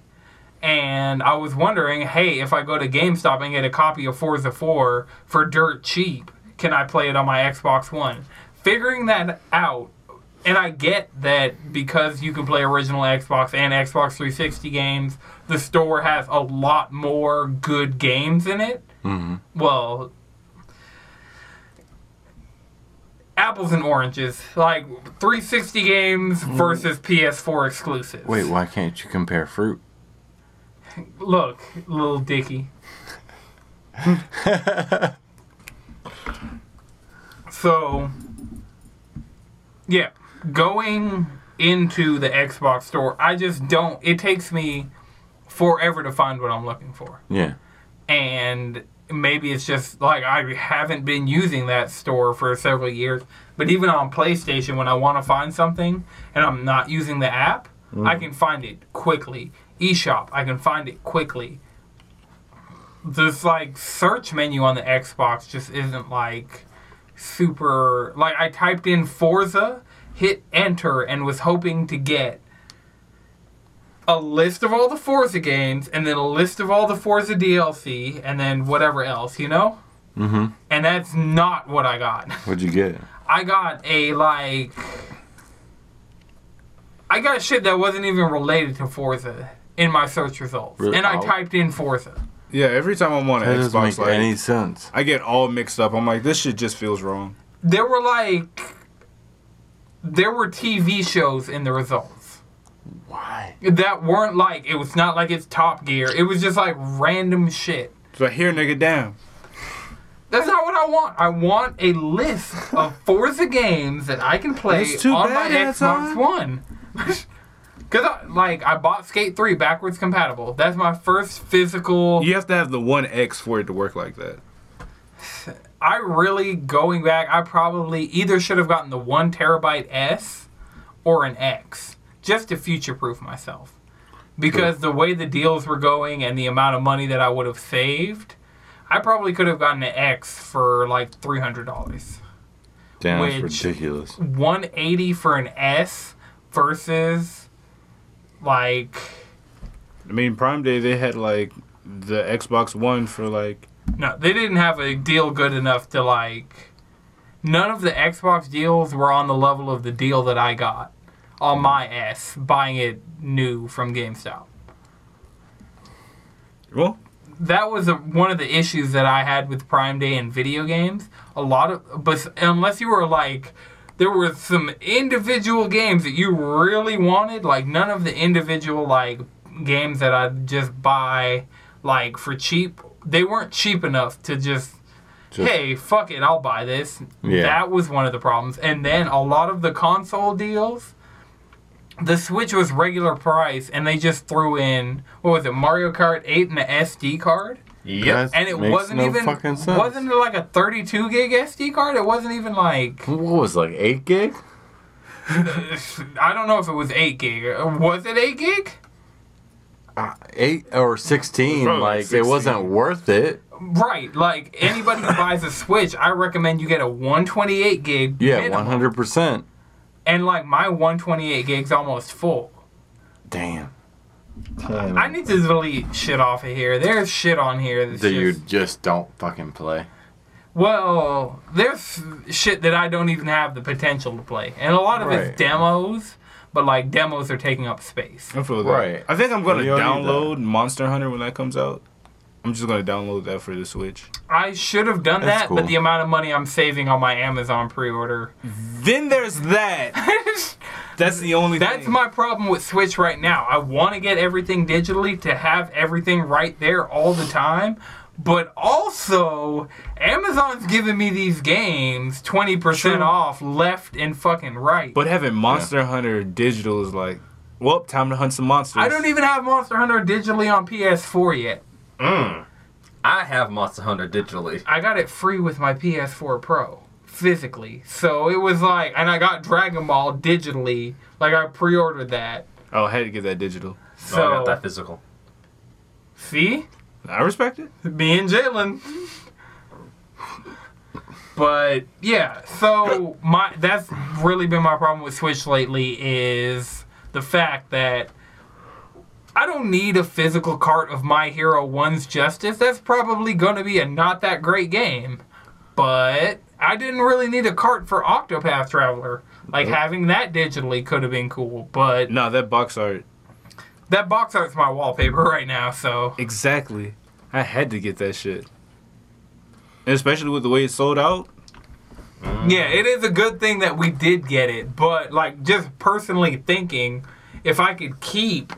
[SPEAKER 1] and I was wondering, hey, if I go to GameStop and get a copy of Forza Four for dirt cheap, can I play it on my Xbox One? Figuring that out. And I get that because you can play original Xbox and Xbox 360 games, the store has a lot more good games in it. Well, apples and oranges. Like 360 games versus PS4 exclusives.
[SPEAKER 4] Wait, why can't you compare fruit?
[SPEAKER 1] Look, little Dicky. so, yeah, going into the Xbox store, I just don't. It takes me forever to find what I'm looking for.
[SPEAKER 4] Yeah.
[SPEAKER 1] and maybe it's just like I haven't been using that store for several years. But even on PlayStation, when I want to find something and I'm not using the app, I can find it quickly. eShop, I can find it quickly. This like search menu on the Xbox just isn't like super. Like I typed in Forza, hit enter, and was hoping to get a list of all the Forza games, and then a list of all the Forza DLC, and then whatever else, you know? Mm-hmm. And that's not what I got.
[SPEAKER 4] What'd you get?
[SPEAKER 1] I got a, like. I got shit that wasn't even related to Forza in my search results.
[SPEAKER 4] Really?
[SPEAKER 1] And I
[SPEAKER 4] Oh.
[SPEAKER 1] typed in Forza.
[SPEAKER 3] Yeah, every time I'm on
[SPEAKER 4] That
[SPEAKER 3] an
[SPEAKER 4] doesn't
[SPEAKER 3] Xbox,
[SPEAKER 4] make
[SPEAKER 3] like
[SPEAKER 4] any sense.
[SPEAKER 3] I get all mixed up. I'm like, this shit just feels wrong.
[SPEAKER 1] There were, like. There were TV shows in the results.
[SPEAKER 4] Why?
[SPEAKER 1] That weren't like. It was not like it's Top Gear. It was just like random shit.
[SPEAKER 3] So like, here, nigga, damn.
[SPEAKER 1] That's not what I want. I want a list of Forza games that I can play
[SPEAKER 3] That's too
[SPEAKER 1] on my
[SPEAKER 3] bad,
[SPEAKER 1] Xbox
[SPEAKER 3] Anton.
[SPEAKER 1] One. Cause I, like I bought Skate Three backwards compatible. That's my first physical.
[SPEAKER 3] You have to have the one X for it to work like that.
[SPEAKER 1] I really going back. I probably either should have gotten the one terabyte S or an X just to future proof myself. Because the way the deals were going and the amount of money that I would have saved, I probably could have gotten an X for like three hundred dollars.
[SPEAKER 4] Damn,
[SPEAKER 1] Which-
[SPEAKER 4] that's ridiculous.
[SPEAKER 1] 180 for an S versus like
[SPEAKER 3] I mean, Prime Day they had like the Xbox One for like
[SPEAKER 1] no, they didn't have a deal good enough to like none of the Xbox deals were on the level of the deal that I got on my S buying it new from GameStop.
[SPEAKER 3] well,
[SPEAKER 1] that was a, one of the issues that I had with Prime Day and video games. A lot of, but unless you were like, there were some individual games that you really wanted. Like none of the individual like games that I just buy like for cheap. They weren't cheap enough to just. hey, fuck it, I'll buy this.
[SPEAKER 4] Yeah.
[SPEAKER 1] That was one of the problems. And then a lot of the console deals, the Switch was regular price, and they just threw in what was it, Mario Kart 8 and a SD card,
[SPEAKER 5] Yep.
[SPEAKER 4] That
[SPEAKER 1] and it
[SPEAKER 4] makes
[SPEAKER 1] wasn't
[SPEAKER 4] no
[SPEAKER 1] even
[SPEAKER 4] fucking sense.
[SPEAKER 1] wasn't it like a 32 gig SD card? It wasn't even like
[SPEAKER 4] What was it, like eight gig?
[SPEAKER 1] I don't know if it was 8 gig. Was it 8 gig?
[SPEAKER 4] Eight or sixteen?
[SPEAKER 3] Probably
[SPEAKER 4] like it
[SPEAKER 3] 16.
[SPEAKER 4] wasn't worth it.
[SPEAKER 1] Right, like anybody who buys a Switch, I recommend you get a 128 gig.
[SPEAKER 4] Yeah,
[SPEAKER 1] minimum.
[SPEAKER 4] one hundred percent.
[SPEAKER 1] And like my 128 gig's almost full.
[SPEAKER 4] Damn.
[SPEAKER 1] I need to delete shit off of here. There's shit on here that's
[SPEAKER 4] That you
[SPEAKER 1] just-
[SPEAKER 4] just don't fucking play.
[SPEAKER 1] well, there's shit that I don't even have the potential to play, and a lot of
[SPEAKER 4] Right.
[SPEAKER 1] it's demos. but like demos are taking up space.
[SPEAKER 3] I feel that.
[SPEAKER 4] Right.
[SPEAKER 3] I think I'm gonna
[SPEAKER 4] We all need
[SPEAKER 3] download Monster Hunter when that comes out. I'm just gonna download that for the Switch.
[SPEAKER 1] I should have done
[SPEAKER 4] That's
[SPEAKER 1] that,
[SPEAKER 4] cool.
[SPEAKER 1] but the amount of money I'm saving on my Amazon pre-order.
[SPEAKER 3] Then there's that. That's the only.
[SPEAKER 1] That's
[SPEAKER 3] thing.
[SPEAKER 1] my problem with Switch right now. I want to get everything digitally to have everything right there all the time. But also, Amazon's giving me these games 20%
[SPEAKER 3] True.
[SPEAKER 1] off left and fucking right.
[SPEAKER 3] But having Monster Hunter digital is like, well, time to hunt some monsters.
[SPEAKER 1] I don't e- even have Monster Hunter digitally on PS4 yet.
[SPEAKER 5] I have Monster Hunter digitally.
[SPEAKER 1] I got it free with my PS4 Pro physically. So it was like, and I got Dragon Ball digitally. Like I pre-ordered that.
[SPEAKER 3] Oh, I had to get that digital.
[SPEAKER 5] So, I
[SPEAKER 1] So
[SPEAKER 5] got that physical.
[SPEAKER 1] see,
[SPEAKER 3] I respect it.
[SPEAKER 1] me and Jalen. But yeah, so my that's really been my problem with Switch lately is the fact that I don't need a physical cart of My Hero One's Justice. That's probably gonna be a not that great game, but I didn't really need a cart for Octopath Traveler. Like having that digitally could have been cool, but
[SPEAKER 3] No, that box art.
[SPEAKER 1] that box art's my wallpaper right now. So
[SPEAKER 3] Exactly. I had to get that shit. And especially with the way it sold out.
[SPEAKER 1] Yeah, it is a good thing that we did get it, but like just personally thinking, if I could keep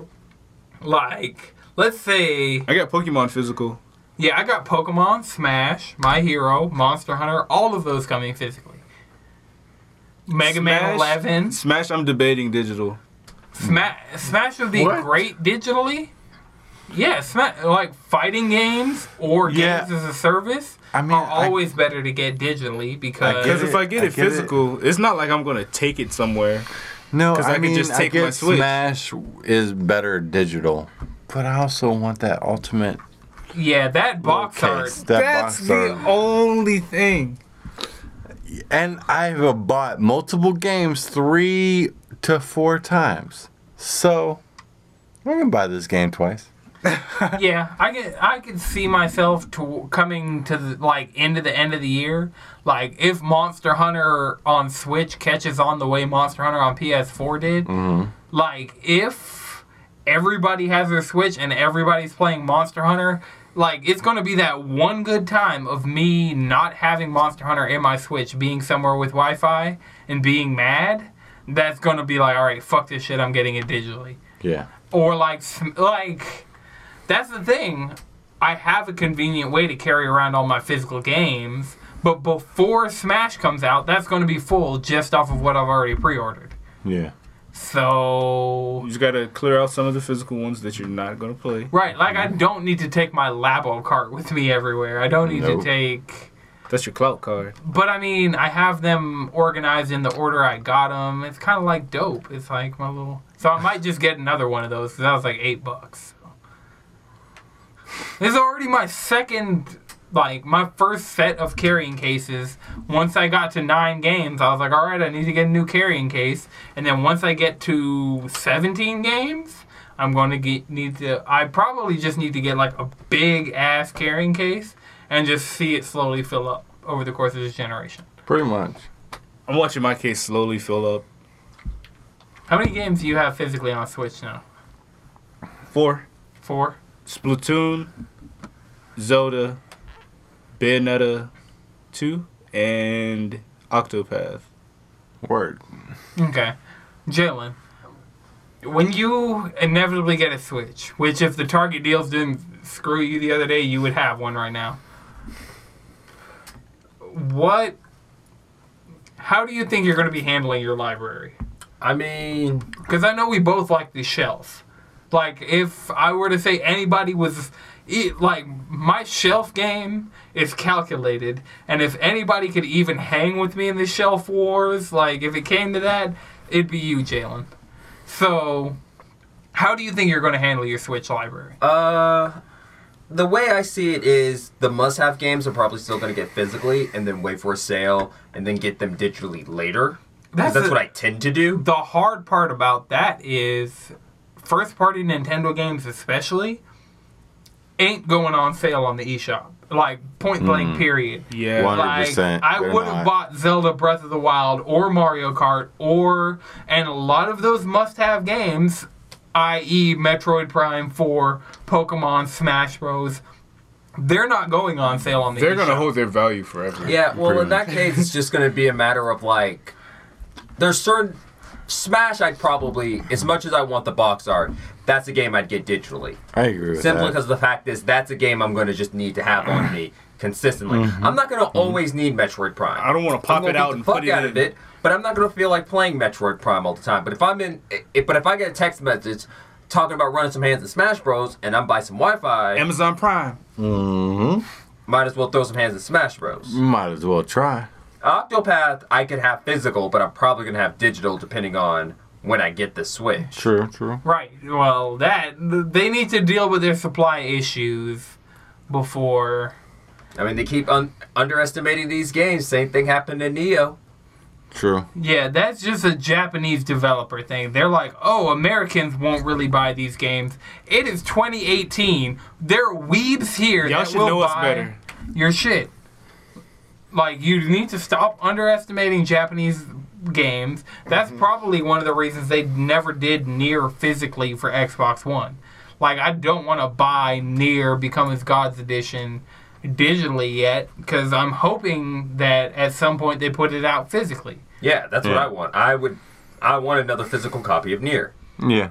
[SPEAKER 1] like let's say
[SPEAKER 3] I got Pokemon physical.
[SPEAKER 1] yeah, I got Pokemon, Smash, My Hero, Monster Hunter, all of those coming physically. Mega Man
[SPEAKER 3] Smash-
[SPEAKER 1] 11.
[SPEAKER 3] Smash, I'm debating digital.
[SPEAKER 1] Sma- Smash would be
[SPEAKER 4] What?
[SPEAKER 1] great digitally. Yeah, Sma- like fighting games or
[SPEAKER 4] Yeah.
[SPEAKER 1] games as a service
[SPEAKER 4] I mean,
[SPEAKER 1] are
[SPEAKER 4] I-
[SPEAKER 1] always better to get digitally because
[SPEAKER 4] get
[SPEAKER 3] Because if I get
[SPEAKER 4] I
[SPEAKER 3] it
[SPEAKER 4] get it.
[SPEAKER 3] physical, it's not like I'm gonna take it somewhere.
[SPEAKER 4] No,
[SPEAKER 3] 'Cause I
[SPEAKER 4] I,
[SPEAKER 3] could
[SPEAKER 4] mean,
[SPEAKER 3] just take
[SPEAKER 4] I get
[SPEAKER 3] my Switch.
[SPEAKER 4] Smash is better digital, but I also want that ultimate
[SPEAKER 1] yeah, that box art
[SPEAKER 4] case. That box art.
[SPEAKER 3] only thing.
[SPEAKER 4] and I've bought multiple games three to four times, so I can buy this game twice.
[SPEAKER 1] Yeah, I can I can see myself to coming to the, like into the end of the year. Like if Monster Hunter on Switch catches on the way Monster Hunter on PS4 did. Like if everybody has their Switch and everybody's playing Monster Hunter, like it's gonna be that one good time of me not having Monster Hunter in my Switch, being somewhere with Wi-Fi and being mad. That's gonna be like, all right, fuck this shit. I'm getting it digitally
[SPEAKER 4] Yeah.
[SPEAKER 1] or like sm- like that's the thing i have a convenient way to carry around all my physical games but before smash comes out that's going to be full just off of what i've already pre-ordered
[SPEAKER 4] Yeah.
[SPEAKER 1] so
[SPEAKER 3] You just gotta clear out some of the physical ones that you're not gonna play.
[SPEAKER 1] right like i don't need to take my labo cart with me everywhere i don't need to
[SPEAKER 4] Nope.
[SPEAKER 1] take
[SPEAKER 3] That's your clout card.
[SPEAKER 1] but i mean i have them organized in the order i got them it's kind of like dope it's like my little so i might just get another one of those because that was like eight bucks This is already my second, like my first set of carrying cases. Once I got to nine games, I was like, all right, I need to get a new carrying case. And then once I get to 17 games, I'm going to get need to. I probably just need to get like a big ass carrying case and just see it slowly fill up over the course of this generation.
[SPEAKER 4] Pretty much.
[SPEAKER 3] I'm watching my case slowly fill up.
[SPEAKER 1] How many games do you have physically on Switch now?
[SPEAKER 3] Four.
[SPEAKER 1] Four.
[SPEAKER 3] Splatoon, Zelda, Bayonetta 2, and Octopath.
[SPEAKER 4] Word.
[SPEAKER 1] Okay. Jalen, when you inevitably get a Switch, which if the Target deals didn't screw you the other day, you would have one right now. What. How do you think you're going to be handling your library?
[SPEAKER 5] I mean,
[SPEAKER 1] Because I know we both like the shelf. Like, if I were to say anybody was. e- Like, my shelf game is calculated, and if anybody could even hang with me in the shelf wars, like, if it came to that, it'd be you, Jalen. So, how do you think you're going to handle your Switch library?
[SPEAKER 5] Uh, the way I see it is the must-have games are probably still going to get physically, and then wait for a sale, and then get them digitally later. 'Cause
[SPEAKER 1] That's
[SPEAKER 5] That's,
[SPEAKER 1] a-
[SPEAKER 5] what I tend to do.
[SPEAKER 1] the hard part about that is first party Nintendo games especially ain't going on sale on the eShop. like point blank period.
[SPEAKER 3] Yeah.
[SPEAKER 4] One-
[SPEAKER 1] Like
[SPEAKER 4] 100%,
[SPEAKER 1] I
[SPEAKER 4] they're
[SPEAKER 1] would have
[SPEAKER 4] not.
[SPEAKER 1] bought Zelda Breath of the Wild or Mario Kart or and a lot of those must-have games, i.e. Metroid Prime 4, Pokemon, Smash Bros. They're not going on sale on the
[SPEAKER 3] They're gonna
[SPEAKER 1] eShop.
[SPEAKER 3] hold their value forever.
[SPEAKER 5] Yeah, well,
[SPEAKER 4] Pretty
[SPEAKER 5] in that case, it's just going to be a matter of like, there's certain Smash. I'd probably, as much as I want the box art, that's a game I'd get digitally.
[SPEAKER 4] I agree with
[SPEAKER 5] Simply
[SPEAKER 4] that.
[SPEAKER 5] because the fact is, that's a game I'm going to just need to have on me consistently.
[SPEAKER 4] Mm-hmm.
[SPEAKER 5] I'm not going to always need Metroid Prime.
[SPEAKER 3] I don't want to pop
[SPEAKER 5] I'm gonna
[SPEAKER 3] it
[SPEAKER 5] beat
[SPEAKER 3] out
[SPEAKER 5] the
[SPEAKER 3] and
[SPEAKER 5] fuck
[SPEAKER 3] put it
[SPEAKER 5] out
[SPEAKER 3] in.
[SPEAKER 5] of it. But I'm not gonna feel like playing Metroid Prime all the time. But if I'm in, if, but if I get a text message talking about running some hands in Smash Bros. and I'm by some Wi-Fi,
[SPEAKER 3] Amazon Prime.
[SPEAKER 5] might as well throw some hands in Smash Bros.
[SPEAKER 4] Might as well try.
[SPEAKER 5] Octopath, I could have physical, but I'm probably gonna have digital depending on when I get the Switch.
[SPEAKER 4] True, true.
[SPEAKER 1] Right. Well, that they need to deal with their supply issues before
[SPEAKER 5] I mean, they keep un- underestimating these games. Same thing happened to Neo.
[SPEAKER 4] True.
[SPEAKER 1] Yeah, that's just a Japanese developer thing. They're like, oh, Americans won't really buy these games. It is 2018. There are weebs here
[SPEAKER 3] Y'all
[SPEAKER 1] that
[SPEAKER 3] should
[SPEAKER 1] will
[SPEAKER 3] know us
[SPEAKER 1] buy
[SPEAKER 3] better.
[SPEAKER 1] your shit. Like, you need to stop underestimating Japanese games.
[SPEAKER 3] Mm-hmm.
[SPEAKER 1] That's probably one of the reasons they never did near physically for Xbox One. Like, I don't want to buy near Become as God's Edition digitally yet because I'm hoping that at some point they put it out physically.
[SPEAKER 5] Yeah, that's what I want. I would, I want another physical copy of Nier.
[SPEAKER 4] Yeah.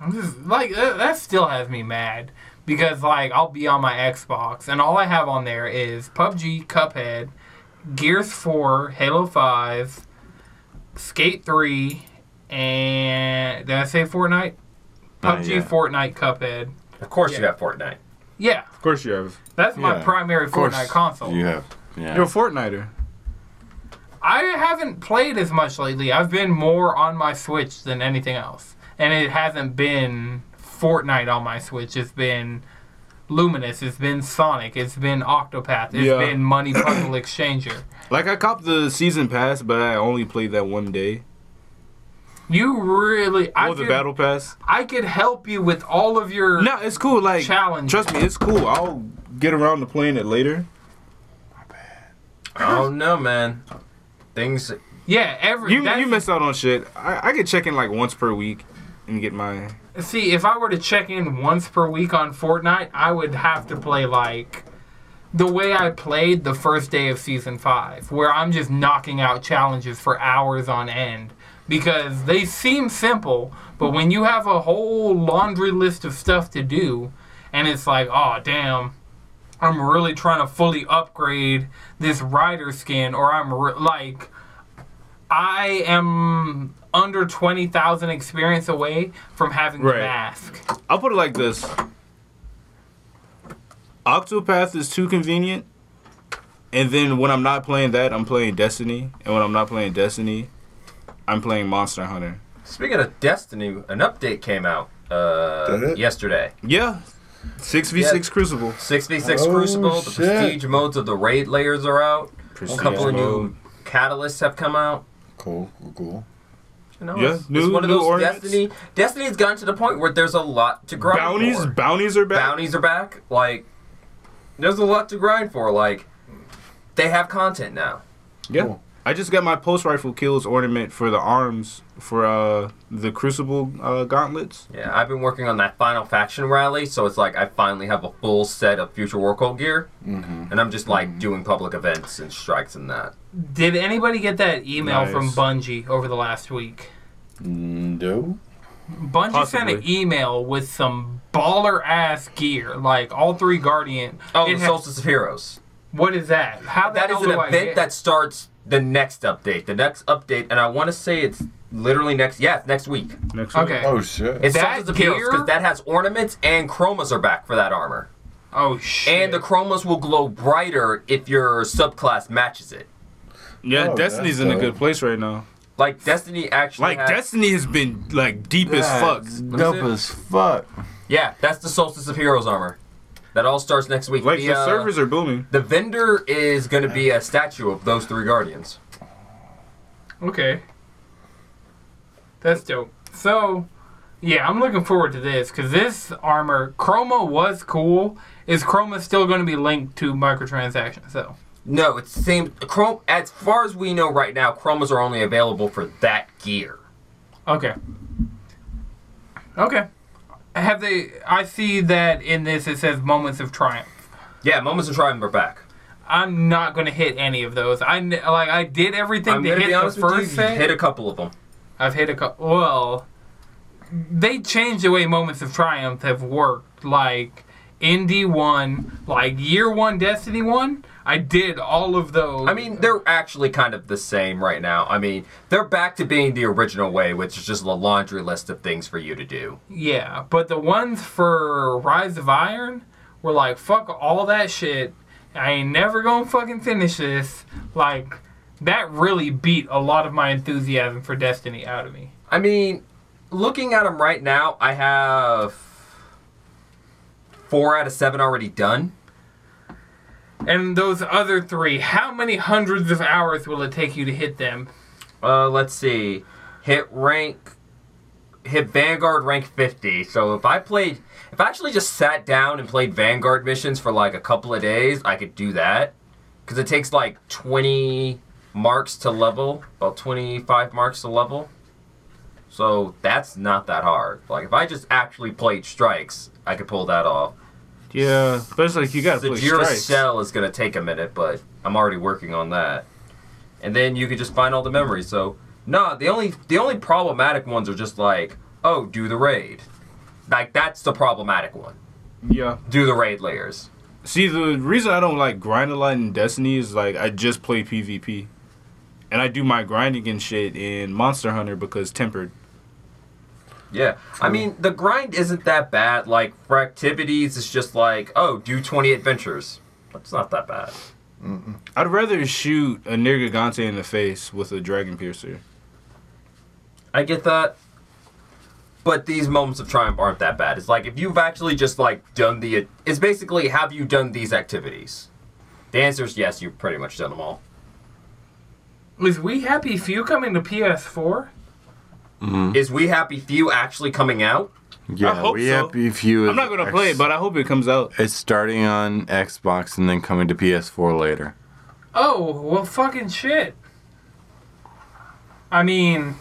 [SPEAKER 1] I'm just like that, that still has me mad because like I'll be on my Xbox and all I have on there is PUBG, Cuphead, Gears 4, Halo 5, Skate 3, and did I say Fortnite?
[SPEAKER 4] Not
[SPEAKER 1] PUBG,
[SPEAKER 4] yet.
[SPEAKER 1] Fortnite, Cuphead.
[SPEAKER 5] Of course, you
[SPEAKER 1] Yeah.
[SPEAKER 5] have Fortnite.
[SPEAKER 1] Yeah,
[SPEAKER 3] Of course you have.
[SPEAKER 1] that's my
[SPEAKER 4] Yeah,
[SPEAKER 1] primary Fortnite console.
[SPEAKER 4] You have. Yeah.
[SPEAKER 3] You're a Fortniter.
[SPEAKER 1] I haven't played as much lately. I've been more on my Switch than anything else. And it hasn't been Fortnite on my Switch. It's been Luminous. It's been Sonic. It's been Octopath. It's
[SPEAKER 3] Yeah.
[SPEAKER 1] been Money Puzzle Exchanger.
[SPEAKER 3] Like I copped the season pass, but I only played that one day.
[SPEAKER 1] You really. I,
[SPEAKER 3] Oh, the
[SPEAKER 1] could,
[SPEAKER 3] battle pass.
[SPEAKER 1] I could help you with all of your.
[SPEAKER 3] No, it's cool. Like
[SPEAKER 1] Challenge.
[SPEAKER 3] Trust me, it's cool. I'll get around to playing it later.
[SPEAKER 5] I don't know, man. Things
[SPEAKER 1] Yeah, every.
[SPEAKER 3] You
[SPEAKER 1] that's-
[SPEAKER 3] you miss out on shit. I, I get check in like once per week and get my.
[SPEAKER 1] See, if I were to check in once per week on Fortnite, I would have to play like the way I played the first day of season five, where I'm just knocking out challenges for hours on end because they seem simple, but when you have a whole laundry list of stuff to do, and it's like, oh, damn. I'm really trying to fully upgrade this rider skin, or I'm re- like, I am under 20,000 experience away from having the
[SPEAKER 3] Right.
[SPEAKER 1] mask.
[SPEAKER 3] I'll put it like this. Octopath is too convenient. And then when I'm not playing that, I'm playing Destiny. And when I'm not playing Destiny, I'm playing Monster Hunter.
[SPEAKER 5] Speaking of Destiny, an update came out uh,
[SPEAKER 2] it?
[SPEAKER 5] yesterday.
[SPEAKER 3] Yeah. 6v6
[SPEAKER 5] Yeah.
[SPEAKER 3] Crucible.
[SPEAKER 5] 6v6
[SPEAKER 2] Oh,
[SPEAKER 5] Crucible, the
[SPEAKER 2] shit.
[SPEAKER 5] prestige modes of the raid layers are out. a couple of
[SPEAKER 3] mode.
[SPEAKER 5] new catalysts have come out.
[SPEAKER 2] Cool, cool, cool.
[SPEAKER 5] You know,
[SPEAKER 3] Yeah,
[SPEAKER 5] it's,
[SPEAKER 3] new-
[SPEAKER 5] it's one of
[SPEAKER 3] new
[SPEAKER 5] those
[SPEAKER 3] ornaments.
[SPEAKER 5] Destiny. Destiny's gotten to the point where there's a lot to grind
[SPEAKER 3] Bounties,
[SPEAKER 5] for.
[SPEAKER 3] bounties are back.
[SPEAKER 5] Bounties are back. Like, there's a lot to grind for. Like, they have content now.
[SPEAKER 3] Yeah.
[SPEAKER 2] Cool.
[SPEAKER 3] I just got my post rifle kills ornament for the arms for uh, the Crucible uh, gauntlets.
[SPEAKER 5] Yeah, I've been working on that final faction rally, so it's like I finally have a full set of Future Warcode gear,
[SPEAKER 2] Mm-hmm.
[SPEAKER 5] and I'm just like doing public events and strikes and that.
[SPEAKER 1] Did anybody get that email from
[SPEAKER 3] Nice.
[SPEAKER 1] Bungie over the last week?
[SPEAKER 4] No.
[SPEAKER 1] Bungie sent an
[SPEAKER 3] Possibly.
[SPEAKER 1] email with some baller ass gear, like all three Guardian.
[SPEAKER 5] Oh,
[SPEAKER 1] It
[SPEAKER 5] the
[SPEAKER 1] ha-
[SPEAKER 5] Solstice of Heroes.
[SPEAKER 1] What is that? How the
[SPEAKER 5] That
[SPEAKER 1] hell
[SPEAKER 5] is an
[SPEAKER 1] do I
[SPEAKER 5] event
[SPEAKER 1] get-
[SPEAKER 5] that starts the next update. The next update, and I want to say it's literally next. Yeah, it's next week.
[SPEAKER 3] Next week.
[SPEAKER 1] Okay.
[SPEAKER 2] Oh shit.
[SPEAKER 5] It's
[SPEAKER 1] That
[SPEAKER 5] Solstice of Heroes
[SPEAKER 1] gear?
[SPEAKER 5] because that has ornaments and chromas are back for that armor,
[SPEAKER 1] Oh shit.
[SPEAKER 5] and the chromas will glow brighter if your subclass matches it.
[SPEAKER 3] Yeah,
[SPEAKER 2] Oh,
[SPEAKER 3] Destiny's
[SPEAKER 2] that's
[SPEAKER 3] in a
[SPEAKER 2] dope.
[SPEAKER 3] good place right now.
[SPEAKER 5] Like Destiny actually.
[SPEAKER 3] Like
[SPEAKER 5] has-
[SPEAKER 3] Destiny has been like deep as fuck.
[SPEAKER 4] Dope
[SPEAKER 5] see.
[SPEAKER 4] as fuck.
[SPEAKER 5] Yeah, that's the Solstice of Heroes armor. That all starts next week.
[SPEAKER 3] Like the,
[SPEAKER 5] uh,
[SPEAKER 3] servers are booming.
[SPEAKER 5] The vendor is going to be a statue of those three guardians.
[SPEAKER 1] Okay. That's dope. So, Yeah, I'm looking forward to this because this armor, Chroma was cool. Is Chroma still going to be linked to microtransactions though?
[SPEAKER 5] No, it's the same. Chrome. As far as we know right now, chromas are only available for that gear.
[SPEAKER 1] Okay. Okay. Have they? I see that in this it says moments of triumph.
[SPEAKER 5] Yeah, moments of triumph are back.
[SPEAKER 1] I'm not gonna hit any of those. I kn- like I did everything
[SPEAKER 5] I'm
[SPEAKER 1] to
[SPEAKER 5] gonna
[SPEAKER 1] hit
[SPEAKER 5] be
[SPEAKER 1] the
[SPEAKER 5] honest with you,
[SPEAKER 1] first
[SPEAKER 5] you.
[SPEAKER 1] set.
[SPEAKER 5] Hit a couple of them.
[SPEAKER 1] I've hit a couple. Well, they changed the way moments of triumph have worked. Like Indy one, like year one, Destiny one. I did all of those.
[SPEAKER 5] I mean, they're actually kind of the same right now. I mean, they're back to being the original way, which is just a laundry list of things for you to do.
[SPEAKER 1] yeah, but the ones for Rise of Iron were like fuck all that shit. I ain't never gonna fucking finish this. Like that really beat a lot of my enthusiasm for Destiny out of me.
[SPEAKER 5] I mean, looking at them right now, I have four out of seven already done.
[SPEAKER 1] And those other three, how many hundreds of hours will it take you to hit them?
[SPEAKER 5] Uh, let's see. Hit rank. Hit Vanguard rank 50. So if I played. If I actually just sat down and played Vanguard missions for like a couple of days, I could do that. Because it takes like 20 marks to level, about 25 marks to level. So that's not that hard. Like if I just actually played strikes, I could pull that off.
[SPEAKER 3] Yeah, but it's like you gotta
[SPEAKER 5] The
[SPEAKER 3] play
[SPEAKER 5] Jura
[SPEAKER 3] strikes.
[SPEAKER 5] Cell is gonna take a minute, but I'm already working on that. And then you can just find all the memories. So no, the only the only problematic ones are just like, oh, do the raid. Like that's the problematic one.
[SPEAKER 3] Yeah.
[SPEAKER 5] Do the raid layers.
[SPEAKER 3] See, the reason I don't like grind a lot in Destiny is like I just play PvP, and I do my grinding and shit in Monster Hunter because tempered.
[SPEAKER 5] Yeah. I mean the grind isn't that bad. Like for activities it's just like, oh, do twenty adventures. That's not that bad.
[SPEAKER 3] I'd rather shoot a Nergigante in the face with a dragon piercer.
[SPEAKER 5] I get that. But these moments of triumph aren't that bad. It's like if you've actually just like done the. It's basically have you done these activities? The answer is yes. You've pretty much done them all.
[SPEAKER 1] Is We Happy Few coming to PS4?
[SPEAKER 5] Is We Happy Few actually coming out?
[SPEAKER 4] Yeah,
[SPEAKER 3] I hope
[SPEAKER 4] we
[SPEAKER 3] so.
[SPEAKER 4] happy few.
[SPEAKER 3] I'm not gonna play it, but I hope it comes out.
[SPEAKER 4] it's starting on Xbox and then coming to PS4 later.
[SPEAKER 1] Oh, well, fucking shit. I mean,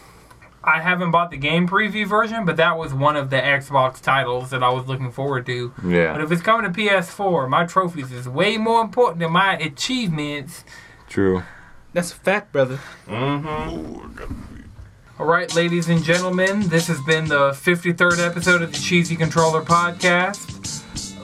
[SPEAKER 1] I haven't bought the game preview version, but that was one of the Xbox titles that I was looking forward to.
[SPEAKER 4] Yeah.
[SPEAKER 1] But if it's coming to PS4, my trophies is way more important than my achievements.
[SPEAKER 4] True.
[SPEAKER 3] That's a fact, brother.
[SPEAKER 1] All right, ladies and gentlemen, this has been the 53rd episode of the Cheesy Controller Podcast.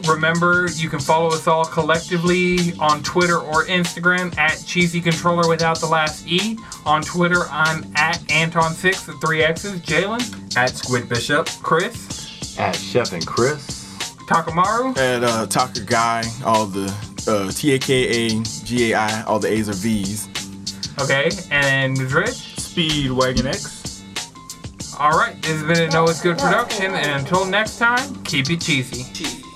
[SPEAKER 1] Remember, you can follow us all collectively on Twitter or Instagram at Cheesy Controller without the last E. On Twitter, I'm at Anton6 with three X's. Jalen,
[SPEAKER 5] At Squid Bishop.
[SPEAKER 1] Chris,
[SPEAKER 4] At Chef and Chris.
[SPEAKER 1] Takamaru,
[SPEAKER 2] At uh, Taka Guy, all the uh, T A K A G A I, all the A's are V's.
[SPEAKER 1] okay, and Madrid.
[SPEAKER 3] Speedwagon X.
[SPEAKER 1] All right, this has been a Noah's Good production, and until next time, keep it cheesy.
[SPEAKER 6] Cheese.